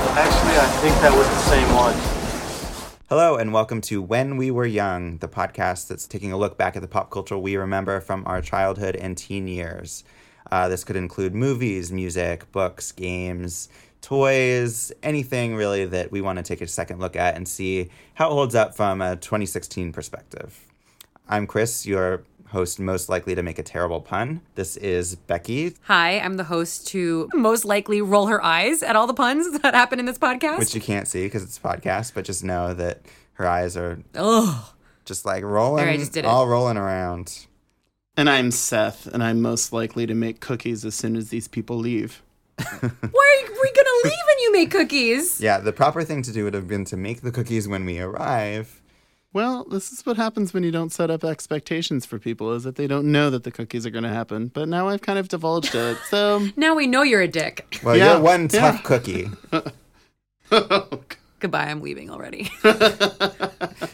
I think that was the same one. Hello, and welcome to When We Were Young, the podcast that's taking a look back at the pop culture we remember from our childhood and teen years. Uh, this could include movies, music, books, games, toys, anything really that we want to take a second look at and see how it holds up from a 2016 perspective. I'm Chris, your host most likely to make a terrible pun. This is Becky, Hi, I'm the host to most likely roll her eyes at all the puns that happen in this podcast. which you can't see because it's a podcast, but just know that her eyes are Ugh. just like rolling, There, I just did it. all rolling around. And I'm Seth, and I'm most likely to make cookies as soon as these people leave. Why are we gonna leave and you make cookies? Yeah, the proper thing to do would have been to make the cookies when we arrive. Well, this is what happens when you don't set up expectations for people, is that they don't know that the cookies are going to happen. But now I've kind of divulged it, so Now we know you're a dick. Well, Yeah, you're one yeah. tough cookie. Goodbye, I'm leaving already.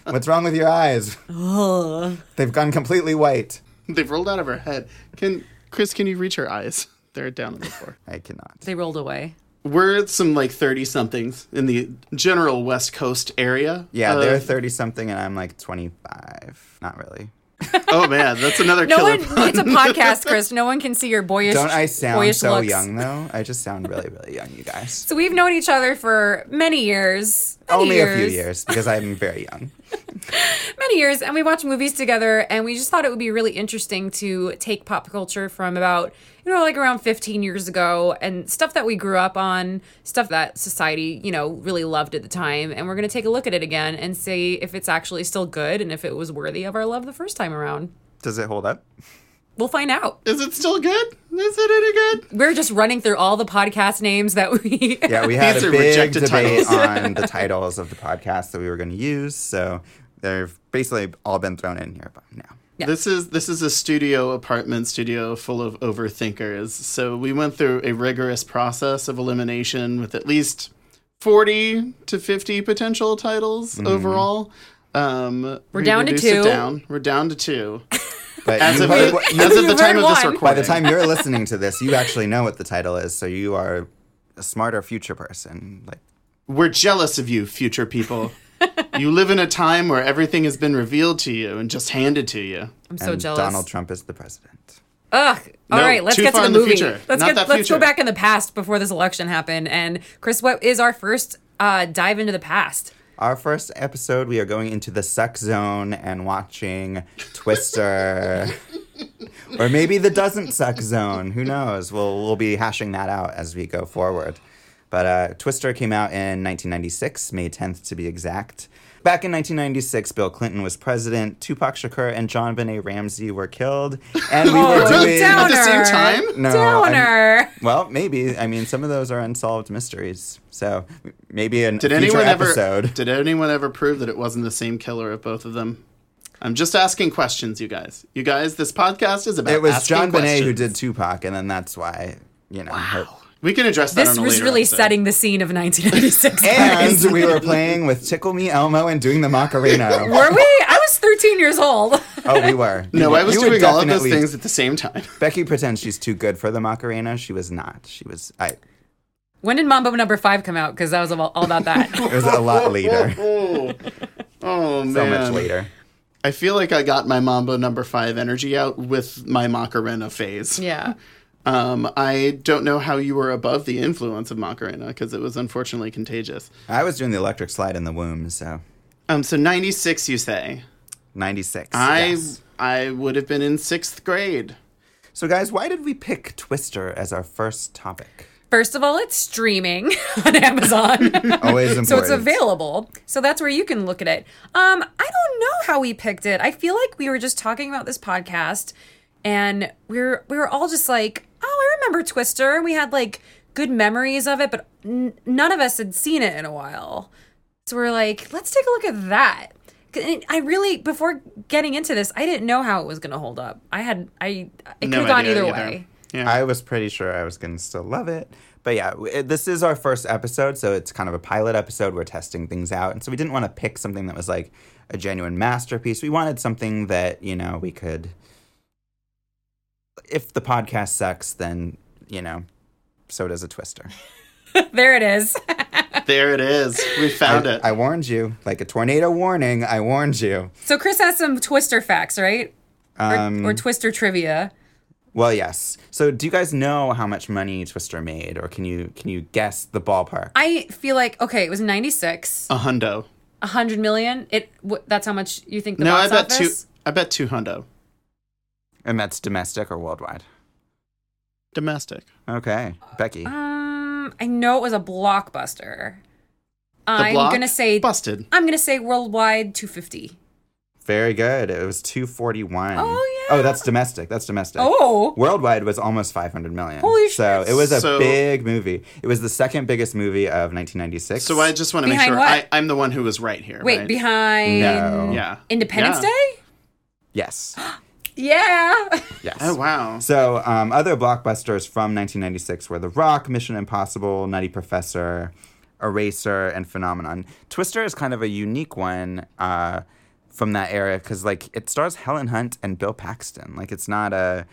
What's wrong with your eyes? Ugh. They've gone completely white. they've rolled out of her head. Can Chris? Can you reach her eyes? They're down on the floor. I cannot. they rolled away. We're some like thirty somethings in the general West Coast area. Yeah, Uh, they're 30 something and I'm like 25. Not really. oh man, that's another No killer. one. pun. It's a podcast, Chris. No one can see your boyish. Don't I sound boyish so looks. young though? I just sound really, really young, you guys. So we've known each other for many years. many Only a few years because I'm very young. many years and we watch movies together and we just thought it would be really interesting to take pop culture from about you know like around 15 years ago and stuff that we grew up on stuff that society you know really loved at the time and we're going to take a look at it again and see if it's actually still good and if it was worthy of our love the first time around Does it hold up? we'll find out Is it still good? Is it any good? we're just running through all the podcast names that we Yeah, we had These a are big rejected debate titles. on the titles of the podcast that we were going to use. So they've basically all been thrown in here by now. This is this is a studio apartment studio full of overthinkers. So we went through a rigorous process of elimination with at least forty to fifty potential titles overall. Um, We're down to reduced two. it Down. We're down to two. But As you of, heard the- what- as of You the time heard of this one. recording. By the time you're listening to this, you actually know what the title is, so you are a smarter future person. Like We're jealous of you, future people. you live in a time where everything has been revealed to you and just handed to you. i'm so and jealous Donald Trump is the president. Ugh. All No, right, let's too get to far the in the movie. future. let's Not get that let's go future. back in the past before this election happened. And Chris, what is our first uh, dive into the past? Our first episode, we are going into the suck zone and watching Twister. or maybe the doesn't suck zone. Who knows? We'll, we'll be hashing that out as we go forward. But uh, Twister came out in 1996, May 10th to be exact. Back in 1996, Bill Clinton was president. Tupac Shakur and John Benet Ramsey were killed. And we were Oh, doing. At downer. the same time? No, I'm- downer. Well, maybe. I mean, some of those are unsolved mysteries. So maybe in a Did future anyone ever? episode. Did anyone ever prove that it wasn't the same killer of both of them? I'm just asking questions, you guys. You guys, this podcast is about. It was asking John Bonet questions. who did Tupac, and then that's why, you know. her- We can address that. This on a was later really episode. setting the scene of 1996. Eh. And we were playing with Tickle Me Elmo and doing the Macarena. were we? I was 13 years old. oh, we were. You No, were- I was you were doing all of those definitely- things at the same time. Becky pretends she's too good for the Macarena. She was not. She was. I. when did Mambo Number Five come out? Because that was all, all about that. It was a lot later. Oh, oh man! So much later. I feel like I got my Mambo Number Five energy out with my Macarena phase. yeah. Um, I don't know how you were above the influence of Macarena because it was unfortunately contagious. I was doing the electric slide in the womb. So, Um, so '96, you say? ninety six. I yes. I would have been in sixth grade. So, guys, why did we pick Twister as our first topic? First of all, it's streaming on Amazon. Always important. So it's available. So that's where you can look at it. Um, I don't know how we picked it. I feel like we were just talking about this podcast, and we were we were all just like, "Oh, I remember Twister," and we had like good memories of it, but n- none of us had seen it in a while. So we're like, "Let's take a look at that." 'Cause it- I really, before getting into this, I didn't know how it was going to hold up. I had, I, it could No have gone idea either, either. way. Yeah. I was pretty sure I was going to still love it. But yeah, w- it- this is our first episode, so it's kind of a pilot episode. We're testing things out. And so we didn't want to pick something that was like a genuine masterpiece. We wanted something that, you know, we could. If the podcast sucks, then, you know, so does a twister. there it is. There it is. We found it. I warned you, like a tornado warning. I warned you. So Chris has some Twister facts, right? Um, or, or Twister trivia. Well, yes. So, do you guys know how much money Twister made, or can you can you guess the ballpark? I feel like okay, it was ninety six, a hundo. a hundred million. It w- that's how much you think the No, I box bet two. office. I bet two hundo. And that's domestic or worldwide. Domestic. Okay, Becky. Um, I know it was a blockbuster. I'm block? gonna say busted. I'm gonna say worldwide two fifty. Very good. It was two forty one. Oh, yeah. Oh, that's domestic. That's domestic. Oh, Worldwide was almost 500 million. Holy So shit. it was a So- big movie. It was the second biggest movie of 1996. So I just want to make Behind sure what? I, I'm the one who was right here. wait, right? Oh. behind No. Yeah. Independence Yeah. Day? Yes. Yeah. Yes. Oh wow. So, um, other blockbusters from 1996 were The Rock, Mission Impossible, Nutty Professor, Eraser, and Phenomenon. Twister is kind of a unique one uh, from that era because, like, it stars Helen Hunt and Bill Paxton. Like, it's not a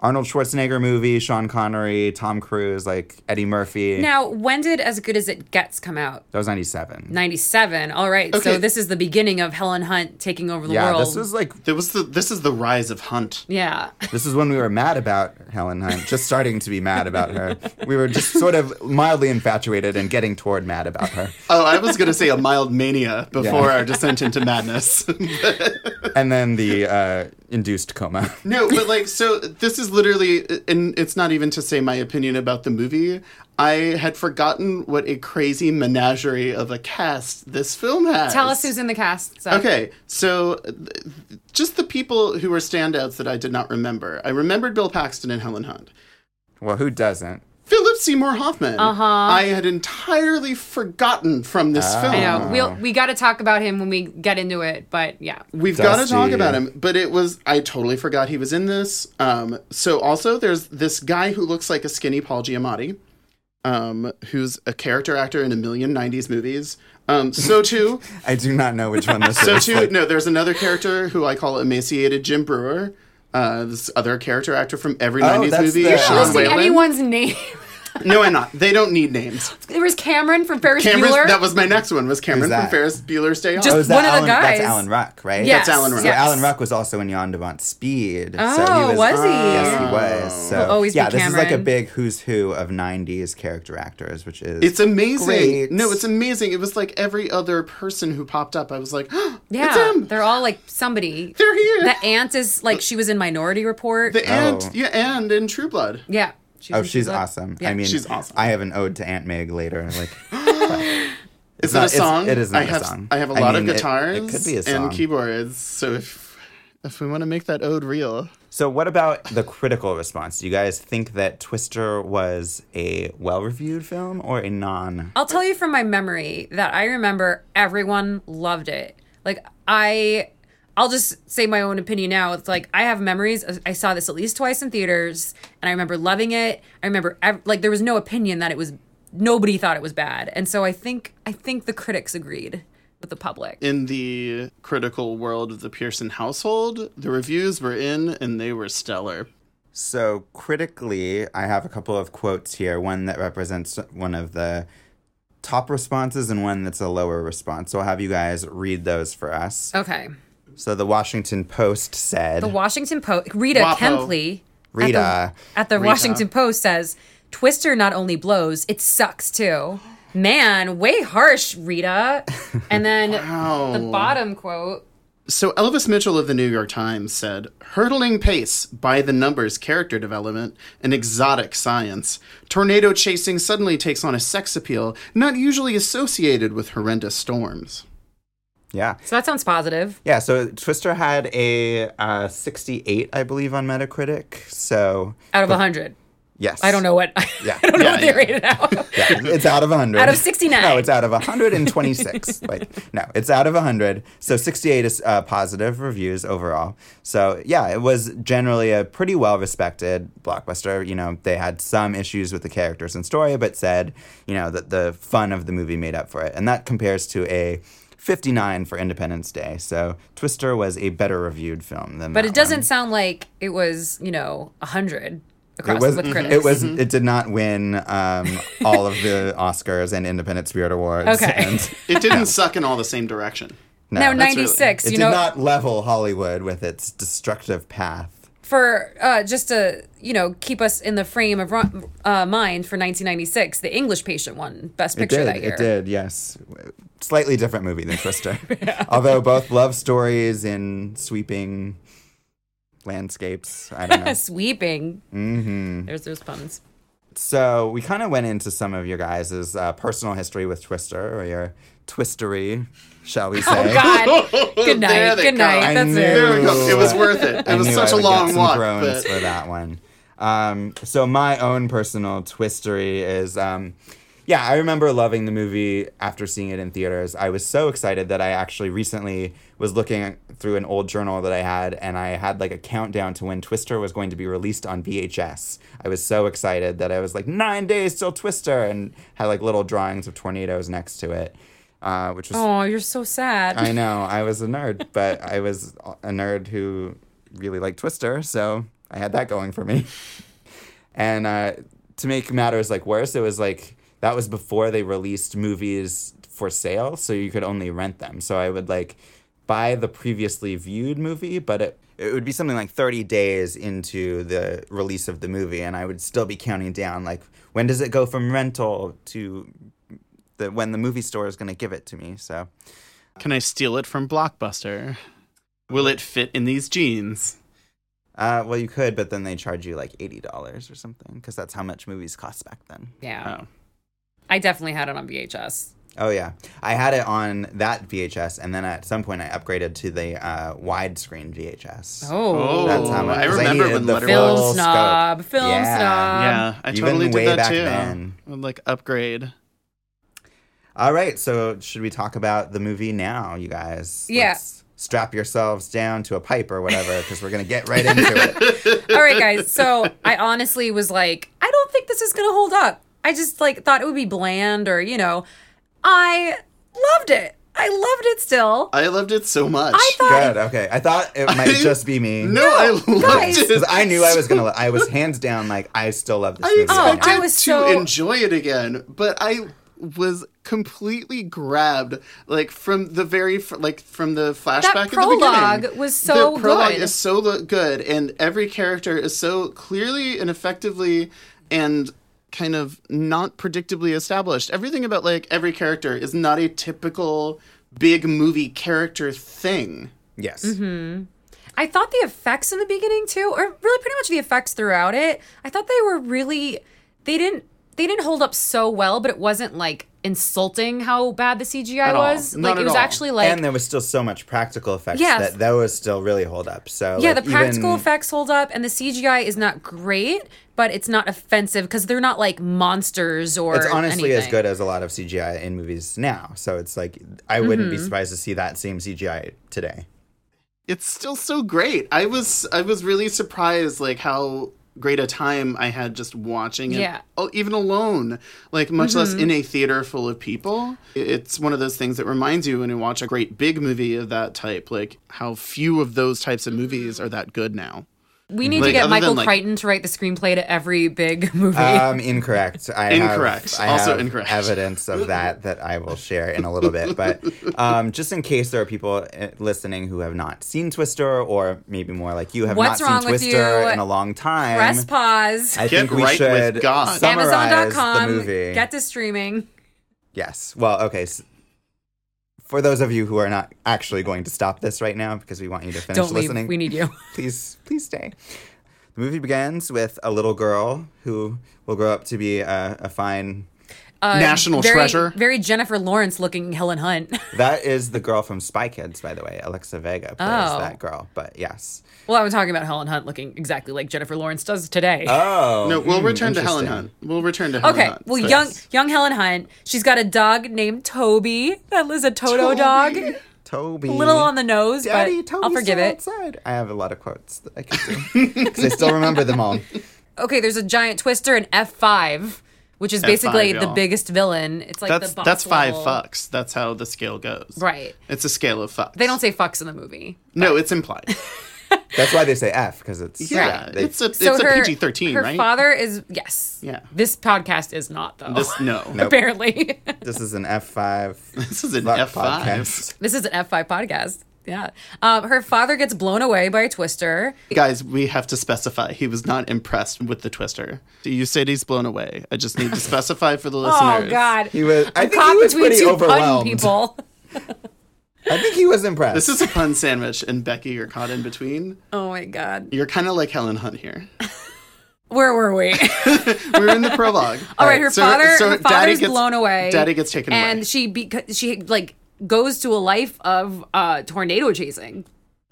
Arnold Schwarzenegger movie, Sean Connery, Tom Cruise, like Eddie Murphy. now, when did As Good as It Gets come out? That was 97. 97. All right. Okay. So this is the beginning of Helen Hunt taking over the yeah, world. this is like There was the. This is the rise of Hunt. yeah. This is when we were mad about Helen Hunt, just starting to be mad about her. We were just sort of mildly infatuated and getting toward mad about her. Oh, I was gonna say a mild mania before Yeah. our descent into madness. And then the uh, induced coma. No, but like, so this is literally, and it's not even to say my opinion about the movie. I had forgotten what a crazy menagerie of a cast this film has. Tell us who's in the cast. So. Okay, so uh, th- just the people who were standouts that I did not remember. I remembered Bill Paxton and Helen Hunt. Well, who doesn't? Philip Seymour Hoffman. Uh-huh. Uh huh. I had entirely forgotten from this film. You know, we'll, we got to talk about him when we get into it, but yeah. We've got to Dusty. talk about him, but it was I totally forgot he was in this. Um, so also there's this guy who looks like a skinny Paul Giamatti, um, who's a character actor in a million '90s movies. Um, so too, I do not know which one this so is. too. No, there's another character who I call emaciated Jim Brewer. Uh, this other character actor from every '90s Oh, that's movie, the- Sean You're Listing Whalen. anyone's name. No, I'm not. They don't need names. there was Cameron from Ferris Cameron. Bueller. That was my next one. Was Cameron from that? Ferris Bueller's Day Off? Just- Oh, is that One of the Alan, That's guys. Alan Ruck, right? Yes, Alan Ruck. So yes. Alan Ruck was also in Jan Devant Speed. so Oh, he was, was he? Yes, he Oh. was. So He'll always be yeah, this is like a Cameron. big who's who of '90s character actors, which is It's amazing. Great. No, it's amazing. It was like every other person who popped up. I was like, yeah. it's him. They're, They're all like somebody. here. The aunt is like, she was in Minority Report. the and Oh. yeah, and in True Blood. yeah. She was Oh, in she's Bueller. awesome. Yeah. I mean, She's awesome. I have an ode to Aunt Meg later. Like, Is not- it a it's- song? it is not I a have, song. I have a I lot mean, of it- it guitars could be a song. and keyboards. So if if we want to make that ode real, so what about the critical response? Do you guys think that Twister was a well-reviewed film or a non? I'll tell you from my memory that I remember everyone loved it. Like I I'll just say my own opinion now. It's like I have memories. of- I saw this at least twice in theaters and I remember loving it. I remember ev- like there was no opinion that it was nobody thought it was bad. And so I think I think the critics agreed with the public. in the critical world of the Pearson household, the reviews were in and they were stellar. So critically, I have a couple of quotes here. One that represents one of the top responses and one that's a lower response. So I'll have you guys read those for us. Okay. So the Washington Post said, Oh. The Washington Post, Rita Wapo. Kempley, Rita. at the, at the Washington Post says, "Twister not only blows, it sucks too." Man, way harsh, Rita. And then the bottom quote. So Elvis Mitchell of the New York Times said, "Hurtling pace, by the numbers character development, an exotic science. Tornado chasing suddenly takes on a sex appeal not usually associated with horrendous storms." yeah. So that sounds positive. Yeah, so Twister had a uh, 68, I believe, on Metacritic. So, Out of hundred, yes. I don't know what. Yeah. I don't know Yeah, what they yeah. rated out. it's out of 100. Out of 69. No, it's out of 126. Wait, no, it's out of 100. So 68 is uh, positive reviews overall. So yeah, it was generally a pretty well respected blockbuster. You know, they had some issues with the characters and story, but said, you know, that the fun of the movie made up for it. And that compares to a 59 for Independence Day. So Twister was a better reviewed film than But that it one. doesn't sound like it was, you know, hundred. across it was. with critics. Mm-hmm. It was. It did not win um, all of the Oscars and Independent Spirit Awards. Okay. And, It didn't suck in all the same direction. no, now that's really- 96, it you did know, not level Hollywood with its destructive path. for uh, just to, you know, keep us in the frame of ru- uh, mind for 1996, The English Patient won Best It Picture did. that year. It did. Yes. Slightly different movie than Twister, although both love stories in sweeping landscapes. I don't know. Sweeping. Mm-hmm. There's those puns. so we kind of went into some of your guys' uh, personal history with Twister or your twistery, shall we say? Oh, God. Good There night. they Good night. go. I That's knew. it. There we go. It was worth it. It I was knew such I a would long get some walk. groans but- for that one. Um, so my own personal twistery is, um, yeah, I remember loving the movie after seeing it in theaters. I was so excited that I actually recently was looking through an old journal that I had, and I had like a countdown to when Twister was going to be released on VHS. I was so excited that I was like nine days till Twister, and had like little drawings of tornadoes next to it, uh, which was Oh, you're so sad. I know. I was a nerd, but I was a nerd who really liked Twister, so I had that going for me. And uh, to make matters like worse, it was like that was before they released movies for sale, so you could only rent them. So I would like buy the previously viewed movie, but it it would be something like 30 days into the release of the movie and I would still be counting down like when does it go from rental to the when the movie store is going to give it to me. So Can I steal it from Blockbuster? Will it fit in these jeans? Uh, well, you could, but then they charge you like eighty dollars or something because that's how much movies cost back then. Yeah. Oh. I definitely had it on VHS. Oh yeah, I had it on that VHS, and then at some point I upgraded to the uh, widescreen VHS. Oh. that's how Oh, much I 'cause remember needed when the Letterboxd- Film full snob, scope. film Yeah. snob. yeah, I Um, even totally way did that back too. then. Would, Like upgrade. All right, so should we talk about the movie now, you guys? Yeah. Let's strap yourselves down to a pipe or whatever, because we're gonna get right into it. All right, guys. So I honestly was like, I don't think this is gonna hold up. I just like thought it would be bland, or you know, I loved it. I loved it still. I loved it so much. I thought Good. Okay, I thought it might just be me. no, I loved guys. it. Because I knew I was gonna. Lo- I was hands down like I still love this I movie. right expected now. Oh, I was to so- enjoy it again, but I was completely grabbed like from the very fr- like from the flashback at the prologue beginning. was so the prologue good. is so lo- good and every character is so clearly and effectively and kind of not predictably established everything about like every character is not a typical big movie character thing yes. I thought the effects in the beginning too, or really pretty much the effects throughout it, I thought they were really they didn't they didn't hold up so well, but it wasn't like insulting how bad the CGI all. was. Not like at it was all. actually like and there was still so much practical effects Yes. that those still really hold up. So Yeah, like, the practical even- effects hold up, and the CGI is not great, but it's not offensive because they're not like monsters or. It's honestly as anything. good as a lot of CGI in movies now. So it's like I wouldn't Mm-hmm. be surprised to see that same CGI today. it's still so great. I was I was really surprised like how great a time I had just watching it. Yeah. Mm-hmm. Oh, even alone, like much less in a theater full of people. I- It's one of those things that reminds you when you watch a great big movie of that type, like how few of those types of movies are that good now. We need Like, to get other Michael than, like- Crichton to write the screenplay to every big movie. Um, incorrect. I have- Incorrect. I Also have incorrect. Evidence of that that I will share in a little bit, but um, just in case there are people eh, listening who have not seen Twister, or maybe more like you have What's not wrong seen with Twister you? in a long time. Press pause. I Get think we right with should God. summarize the Amazon.com. movie. Get to streaming. Yes. Well, okay. s for those of you who are not actually going to stop this right now because we want you to finish Don't listening, leave. We need you. please, please stay. The movie begins with a little girl who will grow up to be a, a fine. National Uh, very, treasure. Very Jennifer Lawrence looking Helen Hunt. That is the girl from Spy Kids, by the way. Alexa Vega plays Oh. that girl. But yes. well, I was talking about Helen Hunt looking exactly like Jennifer Lawrence does today. Oh. no, we'll mm, return to Helen interesting. Hunt. We'll return to Helen Okay, Hunt. well, But- young young Helen Hunt. She's got a dog named Toby that is a Toto dog. Toby. Toby. A little on the nose, Daddy, but Toby's I'll forgive still it. Outside. I have a lot of quotes that I can do because I still remember them all. Okay, there's a giant twister and F5, which is basically the y'all. biggest villain. It's like That's the boss that's five level. fucks. That's how the scale goes. Right. It's a scale of fucks. They don't say fucks in the movie. No, it's implied. That's why they say F because it's Yeah, they- it's a it's So a her- PG thirteen, Her right? father is yes. Yeah. This podcast is not though. This no, apparently. this is an F five. this is an Fuck F five. podcast. this is an F5 podcast. Yeah. Um, her father gets blown away by a twister. Guys, we have to specify he was not impressed with the twister. You said he's blown away. I just need to specify for the listeners. Oh God. He was. I I'm think caught he was between pretty two pun overwhelmed. people. I think he was impressed. This is a pun sandwich, and Becky, you're caught in between. Oh my God. You're kind of like Helen Hunt here. Where were we? We're in the prologue. All right, her so- father, so her daddy father's gets- blown away. daddy gets taken away. and she beca- she like goes to a life of uh, tornado chasing.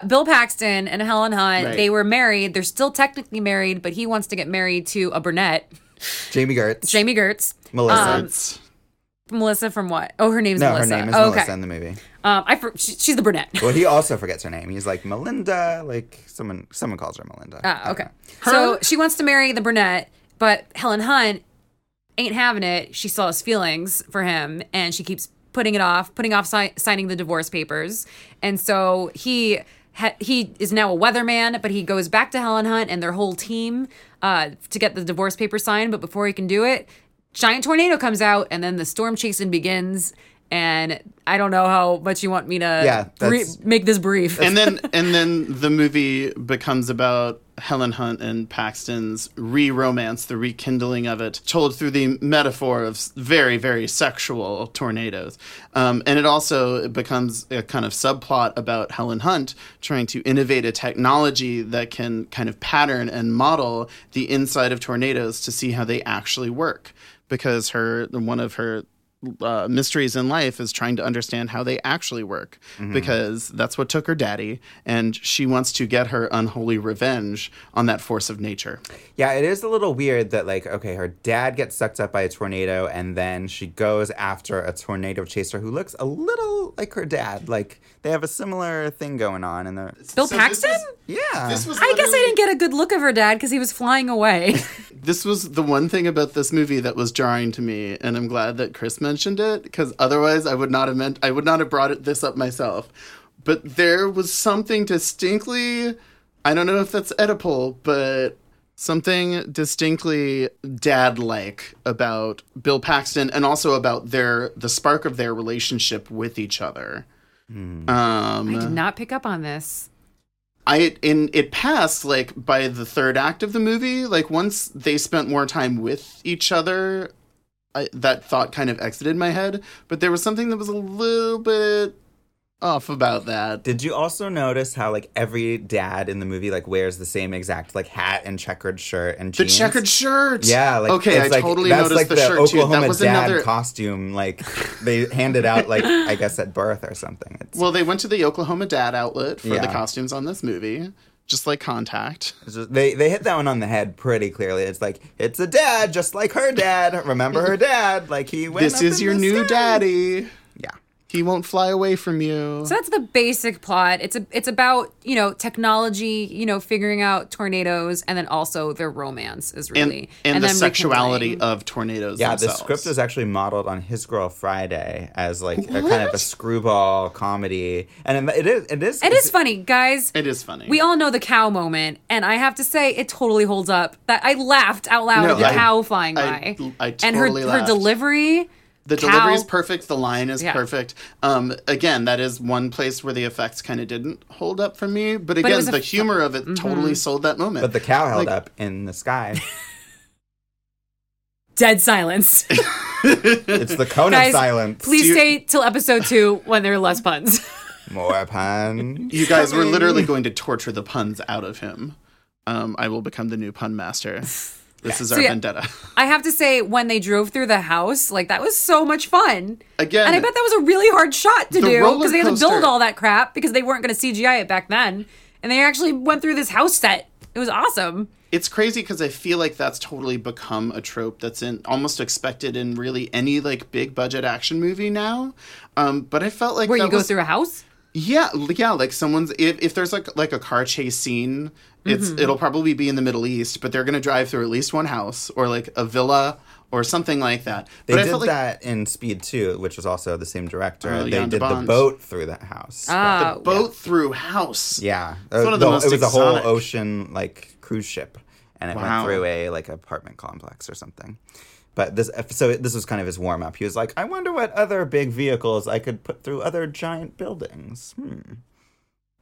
Bill Paxton and Helen Hunt, Right. they were married. They're still technically married, but he wants to get married to a brunette, Jamie Gertz. Jamie Gertz. Melissa. It's- Melissa from what? Oh, her name's no, um, Melissa. her name is Oh, Melissa okay. in the movie. Um, I for- she, she's the brunette. Well, he also forgets her name. He's like Melinda. Like someone, someone calls her Melinda. Ah, okay. So Her- she wants to marry the brunette, but Helen Hunt ain't having it. She still has feelings for him, and she keeps putting it off, putting off si- signing the divorce papers. And so he ha- he is now a weatherman, but he goes back to Helen Hunt and their whole team uh, to get the divorce papers signed. But before he can do it, giant tornado comes out, and then the storm chasing begins. And I don't know how much you want me to Yeah, bri- that's- make this brief. and then and then the movie becomes about Helen Hunt and Paxton's re-romance, the rekindling of it, told through the metaphor of s- very very sexual tornadoes. Um, and it also it becomes a kind of subplot about Helen Hunt trying to innovate a technology that can kind of pattern and model the inside of tornadoes to see how they actually work. Because her one of her uh, mysteries in life is trying to understand how they actually work because that's what took her daddy and she wants to get her unholy revenge on that force of nature Yeah, it is a little weird that like okay, her dad gets sucked up by a tornado and then she goes after a tornado chaser who looks a little like her dad. Like they have a similar thing going on and they're Bill So this Paxton? Uh, was- yeah. this was I guess I literally- didn't get a good look of her dad because he was flying away. this was the one thing about this movie that was jarring to me and i'm glad that chris mentioned it because otherwise i would not have meant i would not have brought it, this up myself but there was something distinctly i don't know if that's oedipal but something distinctly dad-like about bill paxton and also about their the spark of their relationship with each other um, I did not pick up on this. I in it passed like by the third act of the movie. Like once they spent more time with each other, I, that thought kind of exited my head. But there was something that was a little bit off about that. Did you also notice how like every dad in the movie like wears the same exact like hat and checkered shirt and The jeans? checkered shirt. Yeah, like okay, it's I like, totally that's noticed like the, shirt too. Oklahoma That was dad another. costume. Like they handed out like I guess at birth or something. It's, well, they went to the Oklahoma Dad outlet for the Yeah. costumes on this movie, just like Contact. it's just- they they hit that one on the head pretty clearly. It's like it's a dad just like her dad. Remember her dad? Like he went. This up is in your the new sky. daddy. Yeah. He won't fly away from you. So that's the basic plot. It's a, it's about you know technology, you know figuring out tornadoes, and then also their romance is and, really and the then sexuality rekindling. of tornadoes. Yeah, the themselves. script is actually modeled on His Girl Friday as like a kind of a screwball comedy, and it is it is It is funny, guys. It is funny. we all know the cow moment, and I have to say it totally holds up. That I laughed out loud No, at the I- cow flying I- by, I and her totally her laughed. delivery. the cow- delivery is perfect. The line is Yeah. perfect. Um, again, that is one place where the effects kind of didn't hold up for me. it But again, was a the f- Mm-hmm. humor of it totally sold that moment. But the cow held Like- up in the sky. Dead silence. It's the cone Guys, of silence. Please you- stay till episode two when there are less puns. More puns. you guys were coming. literally going to torture the puns out of him. Um, I will become the new pun master. This is our yeah. vendetta. I have to say, when they drove through the house, like that was so much fun. Again- and I bet that was a really hard shot to The do roller because they had to build coaster- all that crap because they weren't going to CGI it back then, and they actually went through this house set. It was awesome. it's crazy because I feel like that's totally become a trope that's in almost expected in really any like big budget action movie now. Um, but I felt like Where that you go was- through a house. Yeah, l- yeah, like someone's if, if there's like like a car chase scene, Mm-hmm. it's it'll probably be in the Middle East, but they're going to drive through at least one house or like a villa or something like that. They but I did felt like that in Speed 2, which was also the same director. Oh, they Jan de did the Bont. boat through that house. Ah, the boat through house. yeah. one of the most it was a exotic. whole ocean like cruise ship and it Wow. went through a like apartment complex or something. But this so this was kind of his warm up. He was like, "I wonder what other big vehicles I could put through other giant buildings." Hmm.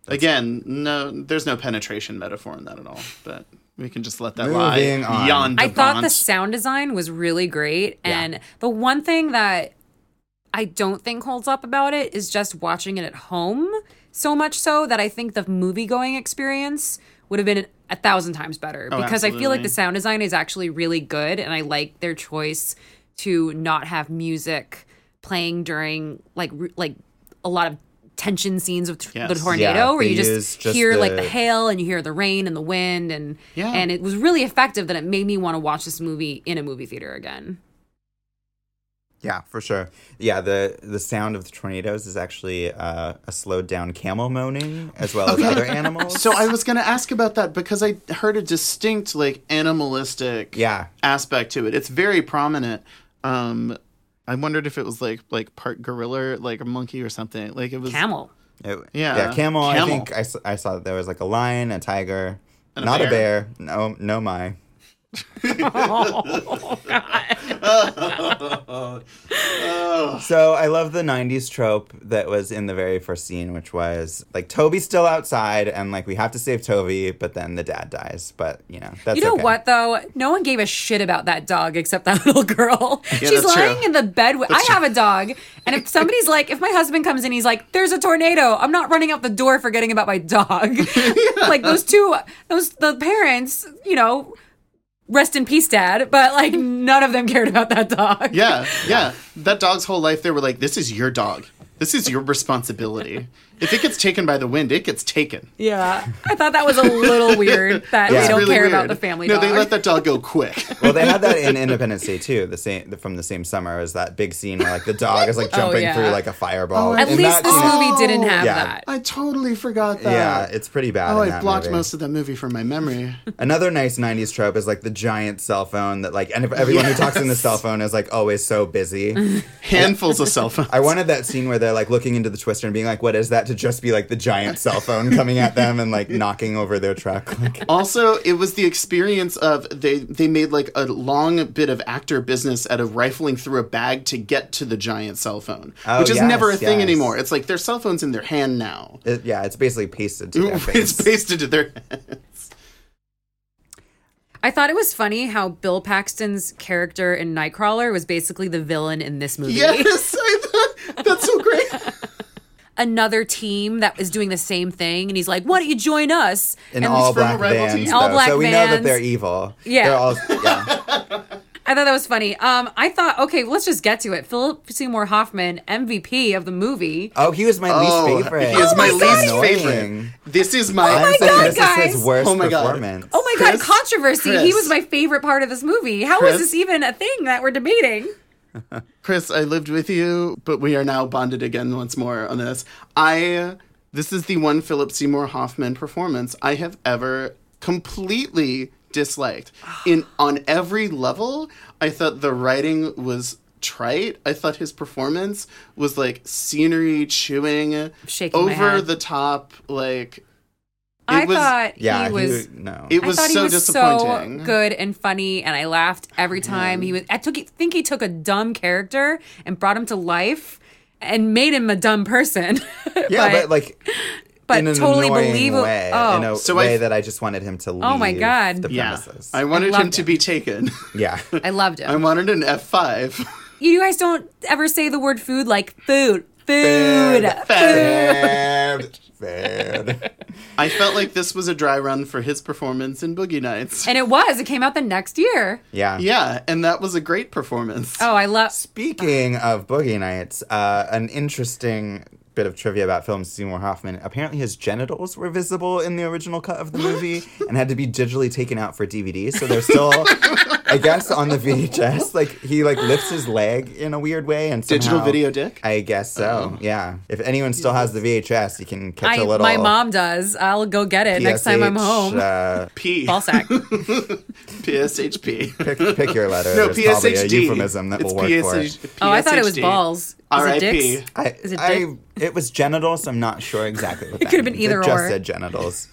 Again, no, there's no penetration metaphor in that at all. But we can just let that Moving lie. on. Jan de I thought the Bont. sound design was really great. And the one thing that I don't think holds up about it is just watching it at home. So much so that I think the movie going experience would have been a thousand times better because I feel like Oh, absolutely. the sound design is actually really good. And I like their choice to not have music playing during like, r- like a lot of tension scenes of t- the Yes. tornado Yeah, where you they just, use just hear like the the- hail and you hear the rain and the wind and Yeah. and it was really effective that it made me want to watch this movie in a movie theater again. Yeah, for sure. Yeah, the the sound of the tornadoes is actually uh, a slowed down camel moaning as well as other animals. So I was going to ask about that because I heard a distinct like animalistic yeah, aspect to it. It's very prominent. Um I wondered if it was like like part gorilla, like a monkey or something. Like it was Camel. It- Yeah. yeah, camel. I Camel. think I, s- I saw that there was like a lion, a tiger, And a not a bear. bear. No, no, my. So I love the '90s trope that was in the very first scene, which was like Toby's still outside, and like we have to save Toby, but then the dad dies. But you know, that's You know okay. what though? No one gave a shit about that dog except that little girl. She's that's lying true. in the bed. With, I have a dog, and if somebody's like, if my husband comes in, he's like, "There's a tornado. I'm not running out the door, forgetting about my dog." like those two, those the parents, you know, rest in peace, dad. But like none of them cared about that dog. Yeah, yeah. That dog's whole life they were like, This is your dog. This is your responsibility. if it gets taken by the wind, it gets taken. Yeah, I thought that was a little weird Yeah. that they It's don't Really care weird. about the family No, dog. they let that dog go quick. well, they had that in Independence Day too. The same from the same summer as that big scene where like the dog is like jumping Oh, yeah. through like a fireball. At In that least this scene- movie didn't have Yeah. that. I totally forgot that. Yeah, it's pretty bad. Oh, in I that blocked movie. most of that movie from my memory. Another nice '90s trope is like the giant cell phone that like, and if everyone who talks in the cell phone is like always so busy. Handfuls of cell phones. I wanted that scene where they're like looking into the twister and being like, "What is that?" to just be like the giant cell phone coming at them and like knocking over their truck. Like, also it was the experience of they they made like a long bit of actor business out of rifling through a bag to get to the giant cell phone Oh, which is yes, never a thing yes. anymore it's like their cell phones in their hand now it- yeah, it's basically pasted to their face. it's pasted to their hands I thought it was funny how Bill Paxton's character in Nightcrawler was basically the villain in this movie. yes I thought, that's so great Another team that is doing the same thing, and he's like, "Why don't you join us?" in and all from a black rival vans, team. All though, black so we know that vans. they're evil. Yeah. they're all yeah. I thought that was funny. Um, I thought, okay, let's just get to it. Philip Seymour Hoffman, MVP of the movie. Oh, he was my oh least favorite. he is Oh my, my least God. favorite Annoying. this is my, I'm saying God, this is guys. his worst Oh my God. performance. Oh my Chris? god, controversy! He Chris? was my favorite part of this movie. How is Chris? this even a thing that we're debating? Chris, I lived with you, but we are now bonded again once more on this. I this is the one Philip Seymour Hoffman performance I have ever completely disliked. In on every level, I thought the writing was trite. I thought his performance was like scenery chewing, Shaking my over head. the top. Like I was- thought yeah, he was no. it was I thought so he was disappointing. so good and funny, and I laughed every time he was. I took think he took a dumb character and brought him to life and made him a dumb person. yeah, but, like. but in an totally annoying believable. way, Oh. in a So way I- that I just wanted him to leave. my God. The Yeah, premises. I wanted him loved to it. be taken. yeah. I loved I him. wanted an F five. you guys don't ever say the word food like food, food. Sad. Sad. I felt like this was a dry run for his performance in Boogie Nights. And it was. It came out the next year. Yeah. yeah, and that was a great performance. Oh, I love. Speaking of Boogie Nights, uh, an interesting bit of trivia about film Seymour Hoffman. Apparently, his genitals were visible in the original cut of the movie and had to be digitally taken out for DVD. So they're still I guess on the VHS, like he like lifts his leg in a weird way and somehow, Digital video dick? I guess so. Yeah. If anyone still has the VHS, you can catch Oh. I, a little. my mom does. I'll go get it next time I'm PSH, home. Uh, P. Ball sack. Oh, PSHP. pick, pick your letter. No, There's probably a PSHD. euphemism that will work for it. PSH Oh, I thought it was PSHD. balls. Is it R.I.P. dicks? I, Is it I, dick? it was genitals. I'm not sure exactly what that It could've been either it just or. said genitals.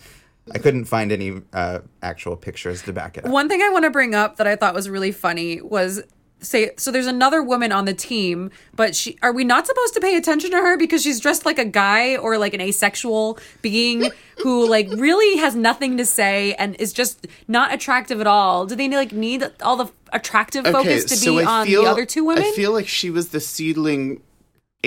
I couldn't find any uh, actual pictures to back it up. One thing I want to bring up that I thought was really funny was say so there's another woman on the team, but she are we not supposed to pay attention to her because she's dressed like a guy or like an asexual being who like really has nothing to say and is just not attractive at all. Do they like need all the attractive focus to be on the other two women? I feel like she was the seedling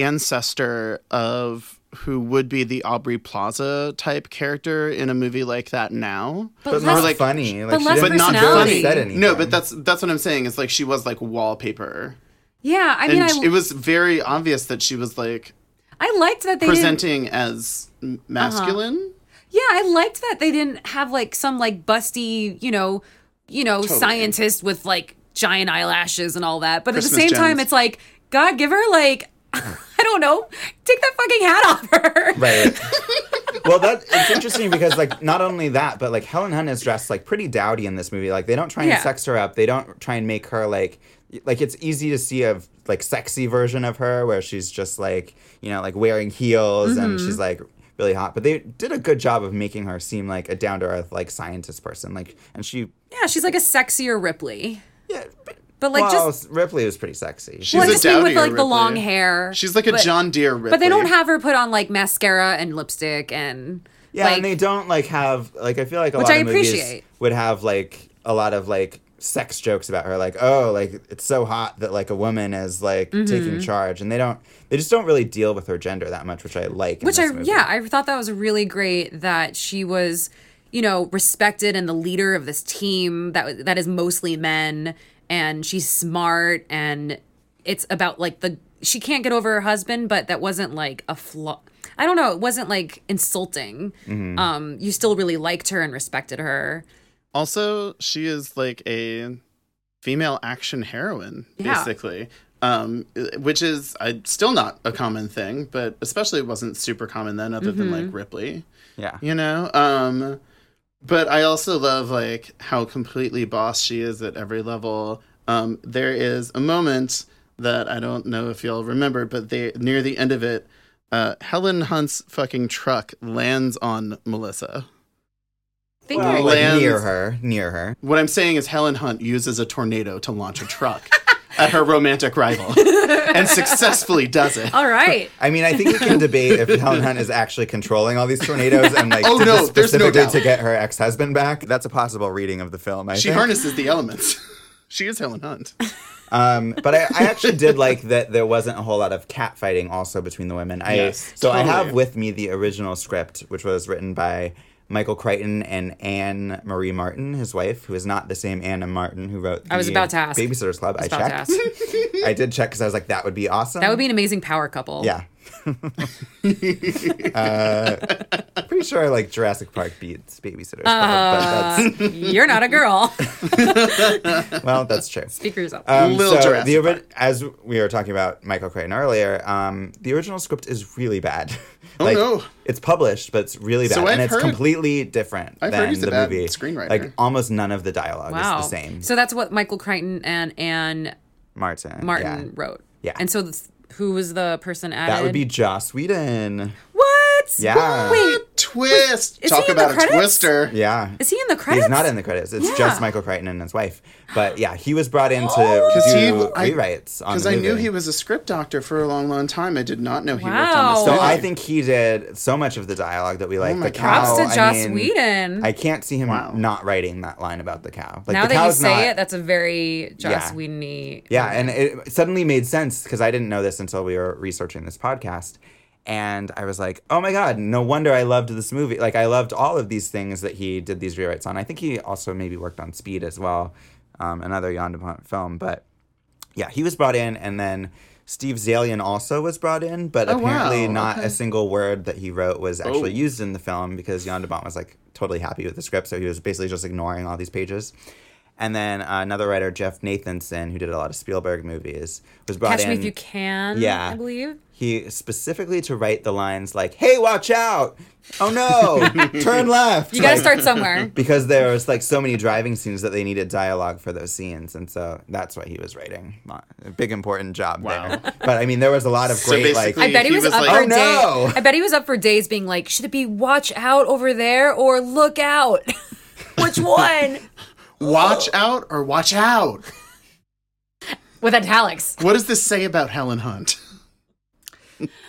ancestor of who would be the Aubrey Plaza type character in a movie like that now. but less- not like- funny. Like, but she less didn't but not really personality. said funny. anything. No, but that's that's what I'm saying. It's like she was like wallpaper, yeah, I mean, and I, it was very obvious that she was like I liked that they didn't Uh-huh. presenting as m- masculine. Yeah, I liked that they didn't have like some like busty, you know, you know, scientist with like giant eyelashes and all that. But at Christmas the same time, gems. it's like, God, give her like, I don't know, take that fucking hat off her. Right. well, that it's interesting because like not only that, but like Helen Hunt is dressed like pretty dowdy in this movie. Like they don't try and Yeah. sex her up. They don't try and make her like like it's easy to see a like sexy version of her where she's just like you know like wearing heels and Mm-hmm. she's like really hot. But they did a good job of making her seem like a down to earth like scientist person. Like and she Yeah, she's like a sexier Ripley, yeah. but like well, just. Ripley was pretty sexy. She's Well, I a just mean with dowdier like the long Ripley. hair. She's like a but- John Deere Ripley. But they don't have her put on like mascara and lipstick and Yeah, like, and they don't like have like I feel like a Which lot I of movies appreciate. would have like a lot of like sex jokes about her, like oh, like it's so hot that like a woman is like Mm-hmm. taking charge, and they don't they just don't really deal with her gender that much, which I like. in Which this I movie. yeah, I thought that was really great that she was, you know, respected and the leader of this team that was- that is mostly men and she's smart and it's about like the she can't get over her husband, but that wasn't like a flaw. I don't know, it wasn't like insulting. Mm-hmm. Um you still really liked her and respected her. Also, she is like a female action heroine, Yeah. basically. Um, which is I, still not a common thing, but especially wasn't super common then, other Mm-hmm. than like Ripley, yeah. you know. Um, but I also love like how completely boss she is at every level. Um, there is a moment that I don't know if y'all remember, but they near the end of it, uh, Helen Hunt's fucking truck lands on Melissa. I think Well, you're- like, Lands- near her, near her. What I'm saying is Helen Hunt uses a tornado to launch a truck at her romantic rival and successfully does it. all right. I mean, I think we can debate if Helen Hunt is actually controlling all these tornadoes and like Oh, did no, this there's no specifically doubt. to get her ex husband back. That's a possible reading of the film. I She think. harnesses the elements. She is Helen Hunt. Um, but I, I actually did like that there wasn't a whole lot of catfighting also between the women. I Yes, so I totally. have with me the original script, which was written by Michael Crichton and Anne Marie Martin, his wife, who is not the same Anna Martin who wrote. The was about to ask. Babysitters Club. I, About to checked. ask. I did check because I was like, that would be awesome. That would be an amazing power couple. Yeah. uh, pretty sure like Jurassic Park beats Babysitters Uh, Club, but You're not a girl. that's well, that's true. Speak for yourself. Um, Little so Jurassic the ori- Park. as we were talking about Michael Crichton earlier, um, the original script is really bad. like, Oh, no. It's published, but it's really bad, So and I've it's heard- completely different I've heard than he's a the bad movie. screenwriter. Like almost none of the dialogue wow. is the same. So that's what Michael Crichton and Anne Martin, Martin yeah. wrote. Yeah. And so this, who was the person added? that would be Joss Whedon. what? Yeah. Wait, Twist. Is Talk he in the about a credits? twister. Yeah, is he in the credits? he's not in the credits. It's Yeah. just Michael Crichton and his wife. But yeah, he was brought in to Oh. he- do I- rewrites on Because the I movie. knew he was a script doctor for a long, long time. I did not know he Wow. worked on So this. I movie. think he did so much of the dialogue that we like. Oh my the God. cow. Props to Oh, I Joss mean, Whedon. I can't see him Wow. not writing that line about the cow. Like now the that you cow's say not. it, that's a very Joss Yeah. Whedon-y. yeah, and it suddenly made sense because I didn't know this until we were researching this podcast, and I was like, oh my god, no wonder I loved this movie. Like I loved all of these things that he did these rewrites on. I think he also maybe worked on Speed as well, um, another Jan de Bont film, but yeah, he was brought in, and then Steve Zalian also was brought in, but apparently Oh, wow, not okay. a single word that he wrote was actually Oh. used in the film because Jan de Bont was like totally happy with the script, so he was basically just ignoring all these pages. And then uh, another writer, Jeff Nathanson, who did a lot of Spielberg movies, was brought Catch in. Me If You Can. Yeah. I believe. He specifically to write the lines like, "Hey, watch out! Oh no, turn left!" You got to Like, start somewhere. because there was like so many driving scenes that they needed dialogue for those scenes, and so that's what he was writing. A big important job Wow. there. But I mean, there was a lot of So great like. basically- I bet he, He was, was up like- for Oh, days. no. I bet he was up for days being like, should it be watch out over there or look out? Which one? Watch out or watch out. With italics. What does this say about Helen Hunt?